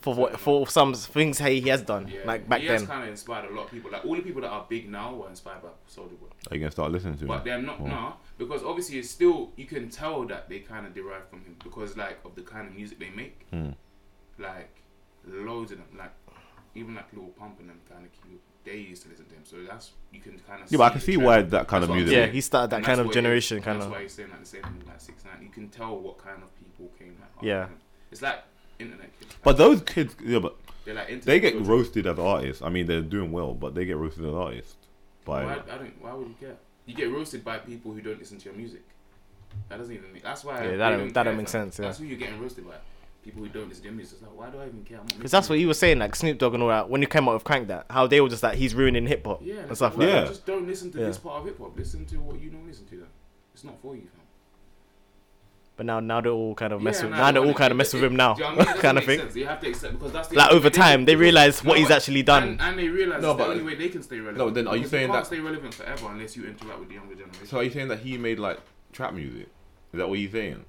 S3: For what for some things he, he has done
S2: Yeah.
S3: like back
S2: he
S3: then.
S2: has kind of inspired a lot of people. Like all the people that are big now were inspired by Soldier Boy,
S1: Are you gonna start listening to
S2: but
S1: him?
S2: they're not
S1: Well.
S2: now because obviously it's still you can tell that they kind of derive from him because like of the kind of music they make,
S1: Hmm.
S2: like loads of them, like even like Lil Pump and them kind of cute. They used to listen to him, so that's you can kind of.
S1: Yeah, but I can see why that kind of
S2: That's what I'm
S1: music.
S3: yeah,
S2: Yeah.
S3: he started that
S2: And
S3: kind
S2: that's
S3: of
S2: what it
S3: generation
S2: is.
S3: kind
S2: That's
S3: of.
S2: why he's saying like the same thing like six nine. You can tell what kind of people came like. after
S3: Yeah.
S2: him. It's like internet kids.
S1: But those kids, yeah, but
S2: they're like internet
S1: they get
S2: children.
S1: roasted as artists. I mean, they're doing well, but they get roasted as artists by
S2: Why, I don't. Why would you care? You get roasted by people who don't listen to your music. That doesn't even make. That's why.
S3: Yeah,
S2: they
S3: that don't- that
S2: care,
S3: don't make
S2: fam.
S3: sense, yeah.
S2: That's who you're getting roasted by. People who don't listen to your music. It's like, why do I even care?
S3: Because that's what he was saying, like Snoop Dogg and all that. When he came out with Crank That, how they were just like he's ruining hip hop
S2: Yeah.
S3: and stuff
S2: like,
S3: like
S1: Yeah.
S2: yeah. Just don't listen to
S3: Yeah.
S2: this part of hip hop. Listen to what you don't listen to. Then it's not for you, fam.
S3: that. But now now they're all kind of mess
S2: Yeah,
S3: with.
S2: nah,
S3: Now they're all
S2: it-
S3: kind
S2: it-
S3: of mess with
S2: it-
S3: him now,
S2: do you know what I mean? It doesn't
S3: kind of
S2: make
S3: thing.
S2: sense. You have to accept because that's the
S3: Like
S2: only
S3: over
S2: way they
S3: time,
S2: can-
S3: they realize what
S2: No,
S3: he's
S2: but-
S3: actually done.
S2: And, and they realize
S1: No,
S2: it's the
S1: but-
S2: only way they can stay relevant.
S1: No, then are you
S2: Because
S1: saying
S2: they can't
S1: that-
S2: stay relevant forever unless you interact with the younger generation?
S1: So are you saying that he made like trap music? Is that what you're saying?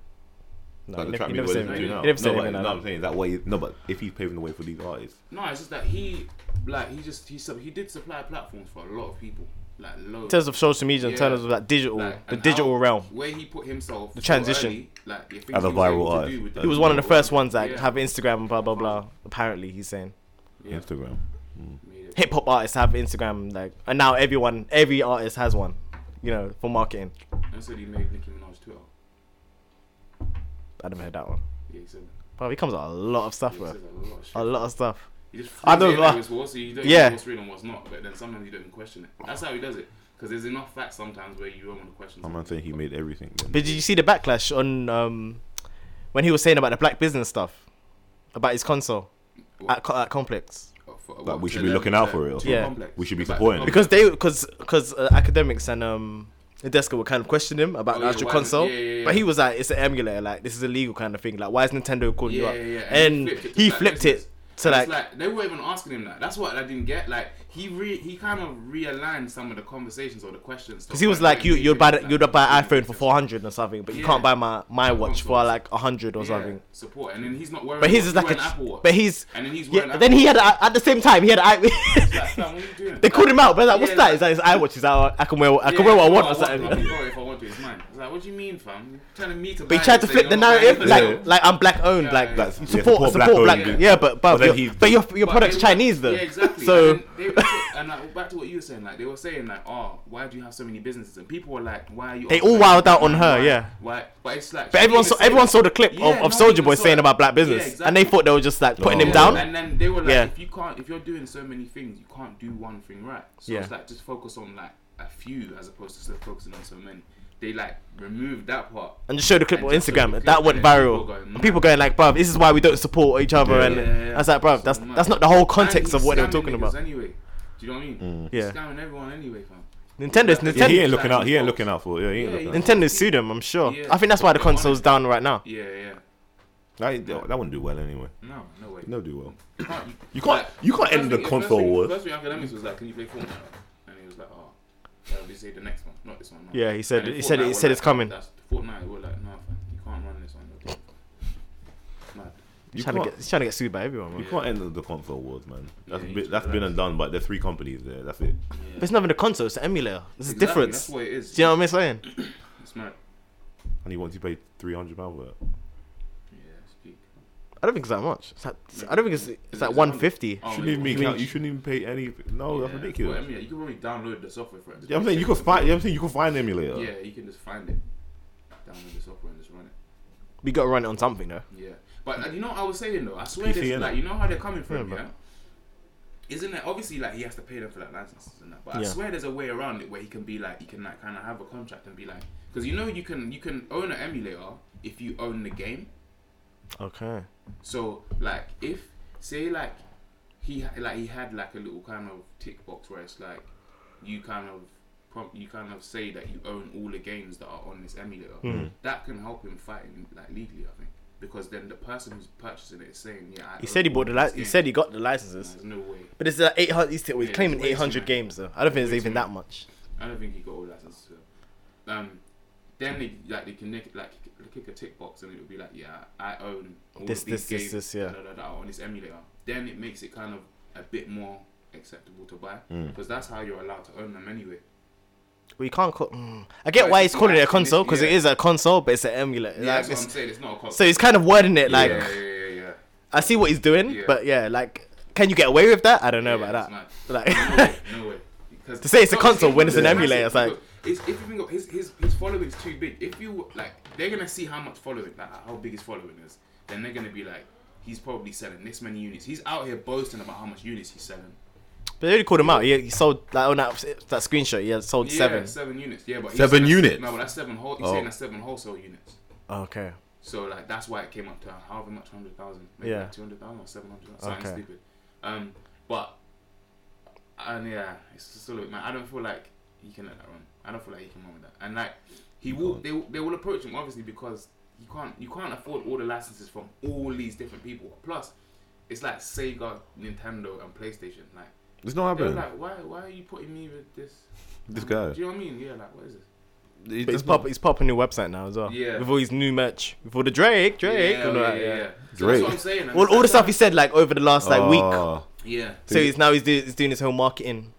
S3: No,
S1: Like
S3: he
S1: the
S3: never-
S1: trap
S3: he
S1: music we're
S3: never said
S1: listening to
S3: anything.
S1: now?
S3: He never said
S1: No, but-
S3: anything like
S1: no,
S3: that.
S1: I'm saying that way. No, but if he's paving the way for these artists,
S2: no, it's just that he, like, he just he sub- he did supply platforms for a lot of people, like
S3: in
S2: loads.
S3: terms of social media, in
S2: Yeah.
S3: terms of that digital,
S2: Like,
S3: the
S2: and
S3: digital
S2: out-
S3: realm.
S2: where he put himself,
S3: The
S2: so
S3: transition.
S2: early, like the things
S1: As a
S2: he was
S1: viral
S2: able to do
S1: artist.
S2: with
S1: He
S3: He was one of the first ones that
S2: Yeah.
S3: have Instagram and blah blah blah. Apparently, he's saying
S2: Yeah.
S1: Instagram.
S2: Made it.
S3: hip hop artists have Instagram, like, and now everyone, every artist has one, you know, for marketing.
S2: And so he made Nicki Minaj Twitter.
S3: I never heard that one.
S2: Yeah, he said,
S3: But he comes out with a lot of stuff,
S2: he says
S3: bro.
S2: a lot of shit.
S3: A lot of stuff.
S2: He just
S3: I
S2: I
S3: don't
S2: don't
S3: know.
S2: know. War, so you don't
S3: Yeah.
S2: know what's real and what's not, but then sometimes you don't even question it. That's how he does it. Because there's enough facts sometimes where you don't want to question
S1: I'm not
S2: something.
S1: saying he made everything. Then.
S3: But did you see the backlash on um when he was saying about the black business stuff, about his console at, Co- at Complex?
S2: Oh, for-
S1: Like, we
S2: to
S1: should be
S2: them,
S1: looking out
S2: to-
S1: for it or
S2: to
S1: something.
S3: Yeah.
S2: complex.
S1: We should be
S2: But-
S1: supporting it.
S3: Because they, because because uh, academics and um. Deska were kind of questioning him about
S2: Oh,
S3: the
S2: yeah,
S3: actual
S2: why-
S3: console,
S2: yeah, yeah, yeah.
S3: but he was like, "It's an emulator, like this is illegal kind of thing. Like, why is Nintendo calling you
S2: Yeah,
S3: up?"
S2: yeah, yeah.
S3: And, he flipped it to
S2: And
S3: like,
S2: it's like they weren't even asking him that. That's what I didn't get. Like he re- he kind of realigned some of the conversations or the questions.
S3: Because he was like, you you'd buy the- you'd buy an iPhone for
S2: four
S3: four hundred or something, but you
S2: Yeah.
S3: can't buy my my watch for
S2: Consoles.
S3: like hundred or something.
S2: Support, and then he's not wearing.
S3: But his
S2: he's
S3: is like
S2: wearing
S3: a,
S2: Apple Watch.
S3: but he's
S2: and then he's
S3: yeah.
S2: wearing.
S3: but then he had a, at the same time he had an
S2: Like, fam,
S3: i.
S2: what are you doing?
S3: they called him out, but like, what's
S2: Yeah,
S3: that?
S2: like-
S3: It's like his iWatch is out. I can wear I can
S2: Yeah,
S3: wear what I
S2: if
S3: want or
S2: I
S3: something.
S2: want, I'll borrow it if I want to. It's mine. It's like, what do you mean, fam? You're trying to meet a
S3: But
S2: man
S3: he tried
S2: and
S3: to
S2: say
S3: flip the
S2: you're not black,
S3: narrative,
S2: you're
S3: like,
S1: Yeah.
S3: like I'm black owned,
S2: Yeah,
S3: like
S2: yeah.
S1: That's- yeah,
S3: support,
S1: support black
S3: support black.
S1: owned, yeah.
S3: Yeah, but but,
S1: But then
S3: your-
S1: he's-
S3: but your your
S2: But
S3: product's
S2: they were-
S3: Chinese though.
S2: Yeah, exactly.
S3: So
S2: and, then they, and like, back to what you were saying, like they were saying like, oh, why do you have so many businesses? And people were like, why are you?
S3: They
S2: offering-
S3: all wowed out on her,
S2: Why-
S3: yeah.
S2: Why? But it's like. she
S3: but
S2: didn't
S3: everyone
S2: even
S3: saw
S2: say
S3: everyone
S2: that.
S3: saw the clip
S2: Yeah,
S3: of,
S2: no
S3: of Soldier
S2: one
S3: Boy
S2: saw
S3: saying
S2: it.
S3: about black business,
S2: Yeah,
S3: and they
S2: exactly.
S3: thought they were just like putting
S1: Oh.
S3: him
S1: Yeah.
S3: down.
S2: And then they were like,
S3: Yeah.
S2: if you can't, if you're doing so many things, you can't do one thing right. So
S3: Yeah.
S2: it's like just focus on like a few as opposed to still focusing on so many. They like removed that part.
S3: and just show the clip
S2: And
S3: on
S2: just show the
S3: Instagram.
S2: clip,
S3: that went
S2: and people
S3: viral.
S2: going
S3: and
S2: mad.
S3: people going like, "Bruv, this is why we don't support each other."
S1: Yeah.
S3: and
S2: Yeah, yeah, yeah.
S3: that's like, "Bruv, that's
S2: So mad.
S3: that's not the whole
S2: And
S3: context
S2: he's
S3: of what they were
S2: scamming
S3: talking
S2: niggas
S3: about." Mm.
S2: Anyway, do you know what I mean?
S3: Yeah.
S2: scamming everyone anyway, fam.
S3: Nintendo's
S2: Yeah,
S1: Yeah,
S3: Nintendo.
S1: he ain't looking out. He ain't looking out for. Yeah, he ain't
S2: Yeah,
S1: looking
S2: yeah.
S1: out.
S3: Nintendo sued them, I'm sure.
S2: Yeah.
S3: I think that's why the
S2: But
S3: console's down right now.
S2: Yeah, yeah.
S1: That, that that wouldn't do well anyway.
S2: No, no way.
S1: No, do well.
S2: You can't.
S1: You can't. You can't end the console
S2: war.
S1: war.
S2: First thing academics was like, "Can you play Fortnite?" And he was like, "Oh, that'll be say the next one, not this one." no."
S3: Yeah, he said-
S2: And then
S3: he said-
S2: Fortnite
S3: he
S2: were
S3: said
S2: like,
S3: it's coming.
S2: That's Fortnite. We're like, "No, fam, you can't run this one." you're dead." Mad.
S1: You
S3: He's trying, to
S1: can't-
S3: get, he's trying to get sued by everyone, man.
S1: You can't end the- the console wars, man. That's
S2: Yeah, you
S1: bi-
S2: just
S1: that's been
S2: relax.
S1: and done. But there's three companies there. That's it.
S3: But it's not even the console, it's the emulator. There's a
S2: Exactly,
S3: difference.
S2: That's what it is.
S3: Do you know what I'm saying?
S2: It's mad.
S1: And he wants you to pay three hundred pounds for it.
S2: Yeah, speak.
S3: I don't think it's that much. It's like, I don't think it's it's
S2: Is
S3: like
S2: it
S3: 150.
S2: Oh,
S1: shouldn't
S2: wait,
S1: even be
S2: what?
S1: count- You shouldn't even pay any. No,
S3: Oh,
S1: that's
S2: Yeah,
S1: ridiculous.
S2: well, I mean, you can probably download the software for it.
S1: You know what I'm saying you can find. You know what I'm saying you can find an emulator.
S2: Yeah, you can just find it, download the software, and just run it.
S3: We gotta run it on something though.
S2: Yeah, but uh, you know what I was saying though. I swear
S1: PC,
S2: this,
S1: innit?
S2: like you know how they're coming from,
S3: Yeah,
S2: yeah.
S3: but-
S2: Isn't it obviously like he has to pay them for like licenses and that? But I
S3: Yeah.
S2: swear there's a way around it where he can be like he can like kind of have a contract and be like because you know you can you can own an emulator if you own the game.
S3: Okay.
S2: So like if say like he ha- like he had like a little kind of tick box where it's like you kind of prompt you kind of say that you own all the games that are on this emulator.
S3: Hmm.
S2: That can help him fighting like legally, I think, because then the person who's purchasing it is saying, yeah. I
S3: He said he bought the li- he said he got the licenses.
S2: There's no way.
S3: But it's like 800 he's, he's
S2: Yeah,
S3: claiming
S2: it's way too
S3: 800
S2: much.
S3: games though. I don't think it's
S2: Way
S3: even
S2: too
S3: that much.
S2: I don't think he got all licenses. So. Um, then they like they can nick, like kick a tick box and it'll be like, yeah, I own all
S3: This-
S2: of these
S3: this, this,
S2: games
S3: this, yeah.
S2: da, da, da, on this emulator. Then it makes it kind of a bit more acceptable to buy
S3: Hmm.
S2: because that's how you're allowed to own them anyway.
S3: We can't call. Mm. I
S2: But
S3: get
S2: it's
S3: why he's
S2: not
S3: calling it a
S2: actually-
S3: console because it
S2: yeah.
S3: is a console, but it's an emulator.
S2: Yeah,
S3: like,
S2: that's what I'm
S3: it's,
S2: saying. It's not a cost.
S3: so he's kind of wording it like
S2: yeah, yeah, yeah, yeah.
S3: I see what he's doing,
S2: Yeah.
S3: but yeah, like can you get away with that? I don't know
S2: Yeah,
S3: about
S2: it's
S3: that.
S2: mad.
S3: Like
S2: no way, no way. Because
S3: To say it's a
S2: No,
S3: console when it's an
S2: massive.
S3: emulator, it's like-
S2: It's, if you think of his his his following's too big. If you like, they're gonna see how much following, like how big his following is. Then they're gonna be like, he's probably selling this many units. He's out here boasting about how much units he's selling.
S3: But they already called him out. He, he sold like on that, that screenshot. He had sold
S2: Yeah,
S3: seven.
S2: seven units. Yeah, but he's
S1: Seven
S2: saying-
S1: units?
S2: No, but that's seven whole. He's
S1: Oh.
S2: saying that's seven wholesale units.
S3: Okay.
S2: So like that's why it came up to however much hundred thousand, maybe
S3: Yeah.
S2: like two hundred thousand or seven hundred, something
S3: Okay.
S2: stupid. Um, but and yeah, it's just all of it, man. I don't feel like he can let that run. I don't feel like he can run with that. And like he will, they will- they will approach him obviously because you can't you can't afford all the licenses from all these different people. Plus, it's like Sega, Nintendo, and PlayStation. Like
S1: It's not
S2: they're
S1: happening.
S2: like, why why are you putting me with this?
S1: this
S2: Um,
S1: guy.
S2: Do you know what I mean? Yeah, like what is this?
S1: It
S3: But he's
S1: does not-
S3: pop he's popping a new website now as well.
S2: Yeah.
S3: With all his new merch. With all the Drake, Drake,
S2: yeah,
S3: and all
S2: yeah,
S3: that,
S2: yeah,
S3: yeah.
S2: yeah. So that's
S1: Drake.
S2: what I'm saying. and
S3: All,
S2: it's
S3: all the
S2: like-
S3: stuff he said like over the last like week.
S1: Ah,
S2: Yeah.
S3: So he's now he's, do, he's doing his whole marketing.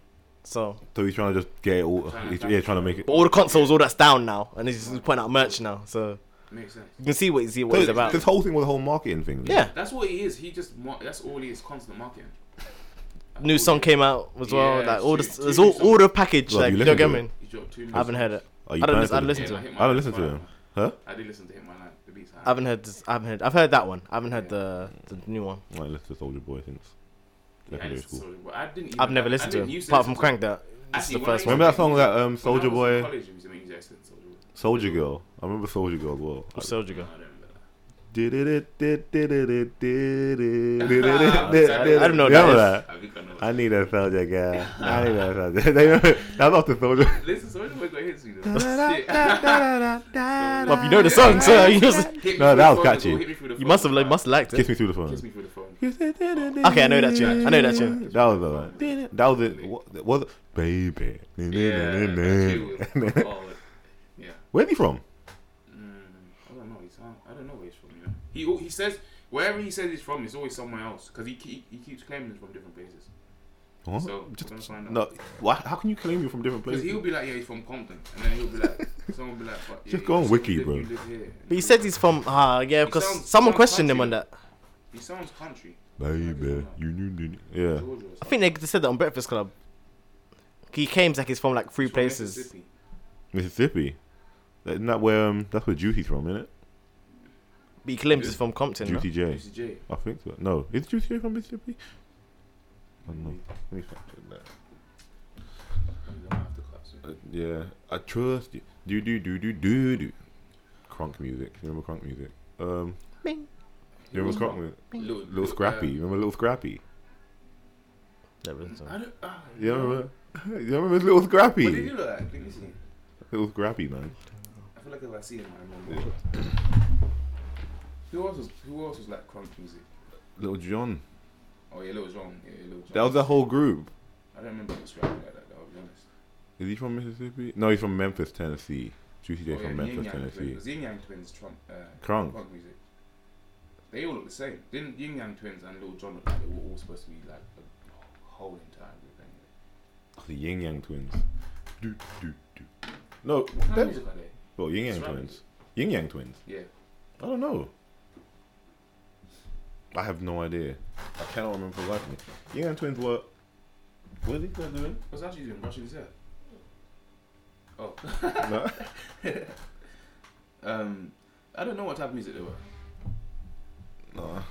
S3: So
S1: So he's trying to just get it all.
S2: Trying to
S1: he's,
S2: attack.
S1: yeah, trying to make it.
S3: but all the consoles, all that's down now, and he's just putting out merch now. So
S2: Makes sense.
S3: you can see what you see what
S1: So
S3: he's about.
S1: This whole thing was a whole marketing thing.
S3: Yeah.
S2: That's what he is. He just mar- that's all he is. Constant marketing. That's
S3: New
S2: all
S3: song
S2: he is.
S3: came out as well.
S2: Yeah,
S3: like all
S2: two-
S3: this,
S2: two
S3: there's
S2: new
S3: all, all
S2: songs.
S3: the package.
S1: Well,
S3: like
S1: you
S3: you
S1: listen
S3: don't get
S1: to it?
S3: me.
S2: He dropped two.
S3: I haven't heard it.
S1: Are you
S3: I don't
S1: planning
S3: listen- I
S1: to-
S3: don't listen- to
S2: hit
S3: it.
S2: my
S1: I don't
S2: line,
S1: listen to
S2: fine.
S1: him. Huh?
S2: I did listen to him. My line. The beats.
S3: I haven't heard. This, I haven't heard. I've heard that one. I haven't heard the the new one.
S1: I listened to Soldier Boy since
S2: I
S1: secondary
S2: listened to
S1: school.
S2: Soulja Boy. I didn't. Even,
S3: I've never
S2: I
S3: listened to
S2: didn't
S3: him
S2: used
S3: apart
S2: listen
S3: from
S2: to
S3: Crank That. This is
S2: Actually,
S3: the
S2: when I
S3: first
S2: used
S3: one.
S1: Remember that song that um,
S2: When I
S1: Soldier
S2: was in
S1: Boy,
S2: college, it was amazing, I listened to Soulja Boy.
S1: Soldier Girl. I remember Soldier Girl as well.
S3: Soldier
S2: No,
S3: Girl.
S2: I don't remember that.
S1: Did it, did it, did it, did it, did it,
S2: I
S1: did
S2: don't
S1: it.
S3: know
S1: You
S3: that
S1: remember
S3: is.
S1: that.
S2: I think I know.
S1: I need a soldier girl. I need a soldier. They remember- That's off the soldier.
S2: Listen, Soulja Boy got hits me though. Shit.
S1: Well,
S3: Well, if you know the song, sir, you, just,
S2: Hit
S1: No,
S2: me through the
S1: that was
S2: phone,
S1: catchy.
S2: Google, hit me through the
S3: you
S2: phone.
S3: must have like, must liked
S1: Kiss
S3: it.
S1: me through the
S2: Kiss
S1: phone.
S2: me through the phone.
S1: Okay,
S3: I know that tune. I know that tune.
S1: That was alright. That was it. What was it? Baby.
S2: Yeah, that's you. Oh, yeah.
S1: Where's he from?
S2: Mm, I don't know. He's, I don't know where he's from. You know, he al- he says wherever he says he's from, it's always somewhere else because he, he he keeps claiming it's from different places.
S1: What?
S2: So we're gonna find out.
S1: No. Why, how can you claim you're from different
S2: Because
S1: places?
S2: he'll be like, yeah, he's from Compton, and then he'll be like, Someone be like, "Fuck yeah,
S1: Just go on
S2: you
S1: Wiki,
S2: live-
S1: bro.
S2: you live here."
S3: But he said he's from. Ah, yeah,
S2: You
S3: because
S2: sound-
S3: someone
S2: sound
S3: questioned him on
S2: country.
S3: that.
S2: He sounds country.
S1: Baby, you knew. Yeah.
S2: Georgia.
S3: I think they said that on Breakfast Club. He came like he's from like three places.
S1: Mississippi. Isn't that where um that's where Juicy's from, isn't it?
S3: But he claims he's from Compton. no?
S1: Juicy J.
S2: UCJ.
S1: I think so. No. Is Juicy J from Mississippi? I don't know. Let me fact check that. Uh, yeah. I trust you. Do do do do do do. Crunk music. You remember crunk music? Um
S3: Bing.
S1: you remember crunk music?
S2: Little, uh,
S1: Little Scrappy. You remember Little Scrappy?
S3: That was-
S2: I don't. Uh,
S1: You remember you remember Little Scrappy?
S2: What did you look like? Let me see.
S1: Little Scrappy man.
S2: I feel like if I see him, I remember. who else was? Who else was like crunk music?
S1: Little John.
S2: Oh yeah, Little John. Yeah, yeah, Little John.
S1: That was the whole group.
S2: I don't remember Little Scrappy like that. Though, I'll be honest.
S1: Is he from Mississippi? No, he's from Memphis, Tennessee. Juicy J
S2: oh,
S1: from
S2: yeah, Yin
S1: Memphis,
S2: Yang
S1: Tennessee.
S2: Twins. Yin Yang Twins. Trump. Uh,
S1: Crunk.
S2: crunk music. They all look the same. Didn't Yin Yang Twins and Little John look like they were all supposed to be like a whole entire group anyway?
S1: Oh, The Yin Yang Twins. Do, do, do. No,
S2: What kind
S1: that
S2: of music are they?
S1: well, Yin Yang
S2: It's rap
S1: Twins. Yin Yang Twins.
S2: Yeah.
S1: I don't know. I have no idea. I cannot remember for the life of me. Yin Yang Twins were. What are these guys doing?
S2: What's actually doing? Brushing his hair. Oh.
S1: No.
S2: um, I don't know what type of music they were.
S1: Nah.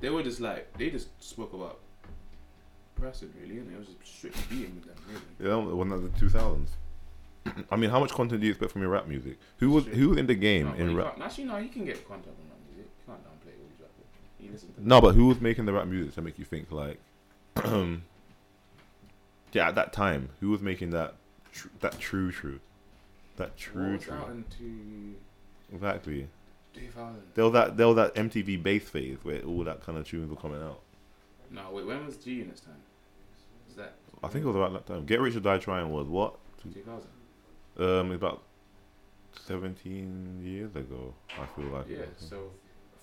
S2: They were just like they just spoke about person really, and it was just strictly being with them really.
S1: Yeah, that was the two thousands. I mean, how much content do you expect from your rap music? Who was who was in the game
S2: No, but
S1: in
S2: you
S1: rap?
S2: can't- Actually, no, you can get contact on that music. You can't downplay all these rappers. You listen to
S1: No, but who was making the rap music to make you think like, yeah, at that time, who was making that tr- that true true, that
S2: What
S1: true
S2: was
S1: true
S2: out into
S1: exactly.
S2: 2000.
S1: There was that there was that MTV bass phase where all that kind of tunes were coming out.
S2: No, wait, when was G Unit's time? Was that
S1: I think it was about that time. Get Rich or Die Trying was what?
S2: 2000?
S1: Um, about seventeen years ago. I feel like.
S2: Yeah, so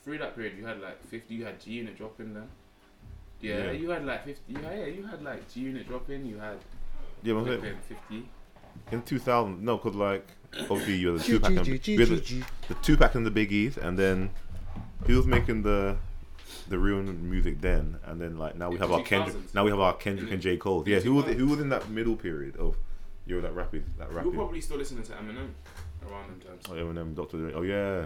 S2: through that period, you had like 50, you had G Unit dropping them. Yeah,
S1: Yeah.
S2: you had like 50, yeah, yeah, you had like G Unit dropping, you had
S1: yeah. But I'm saying,
S2: flipping 50.
S1: in two thousand, no, because like obviously you had the two pack and you had the, the two pack and the biggies, and then he was making the the real music then, and then like now we
S2: In
S1: have
S2: the
S1: our Kendrick,
S2: 2000s.
S1: now we have our Kendrick
S2: In
S1: and
S2: the-
S1: J Cole.
S2: in
S1: Yeah,
S2: the
S1: who was
S2: 2000s.
S1: who was in that middle period of you know that rapping that
S2: You
S1: rapping.
S2: were probably still listening to Eminem around them times.
S1: Oh, Eminem, Dr. Dre. Oh yeah,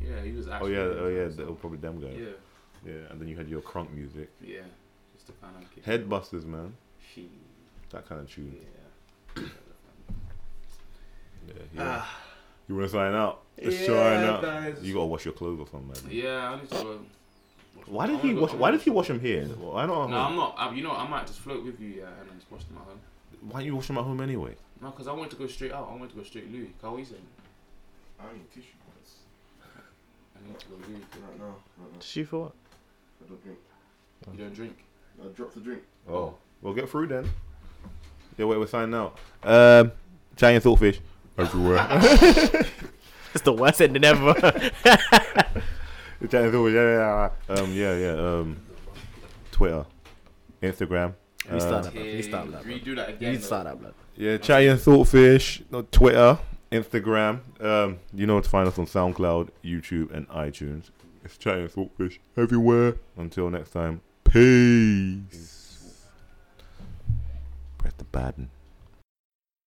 S2: Yeah, he was
S1: oh
S2: actually.
S1: yeah, oh yeah. That was probably them guys.
S2: Yeah,
S1: Yeah. and then you had your crunk music,
S2: yeah. Just a fan of kid.
S1: Headbusters, man.
S2: She.
S1: That kind of
S2: Yeah.
S1: tune. Yeah. yeah. you want to sign out? Let's
S2: Yeah,
S1: sign out.
S2: guys.
S1: You gotta wash your clothes or something, man.
S2: Yeah, I need to go.
S1: Why
S2: I
S1: did
S2: wanna
S1: he
S2: go-
S1: wash?
S2: I wanna
S1: Why did
S2: go-
S1: he wash them here? Why not? at
S2: No, I'm
S1: home?
S2: not. I, you know, I might just float with you, yeah, and then just watch them at home.
S1: Why are you washing them at home anyway?
S2: No, because I wanted to go straight out. I wanted to go straight Louis. Carl Eason.
S5: I need tissue, guys.
S2: I need to go Louis.
S5: Right now, right now.
S3: She thought.
S5: I don't drink.
S2: You don't drink.
S5: I dropped the drink.
S1: Oh, we'll get through then. Yeah, wait, we're signing out. Um, giant saltfish everywhere.
S3: It's the worst ending ever.
S1: giant saltfish. Yeah, yeah, yeah. Um, yeah, yeah. Um, Twitter, Instagram.
S3: We start
S1: uh,
S3: that, bro. We start that, bro.
S2: Redo that again.
S3: You start that, blood.
S1: yeah, giant saltfish. No, Twitter, Instagram. Um, you know where to find us on SoundCloud, YouTube, and iTunes. It's giant saltfish everywhere. Until next time, peace. Press the button.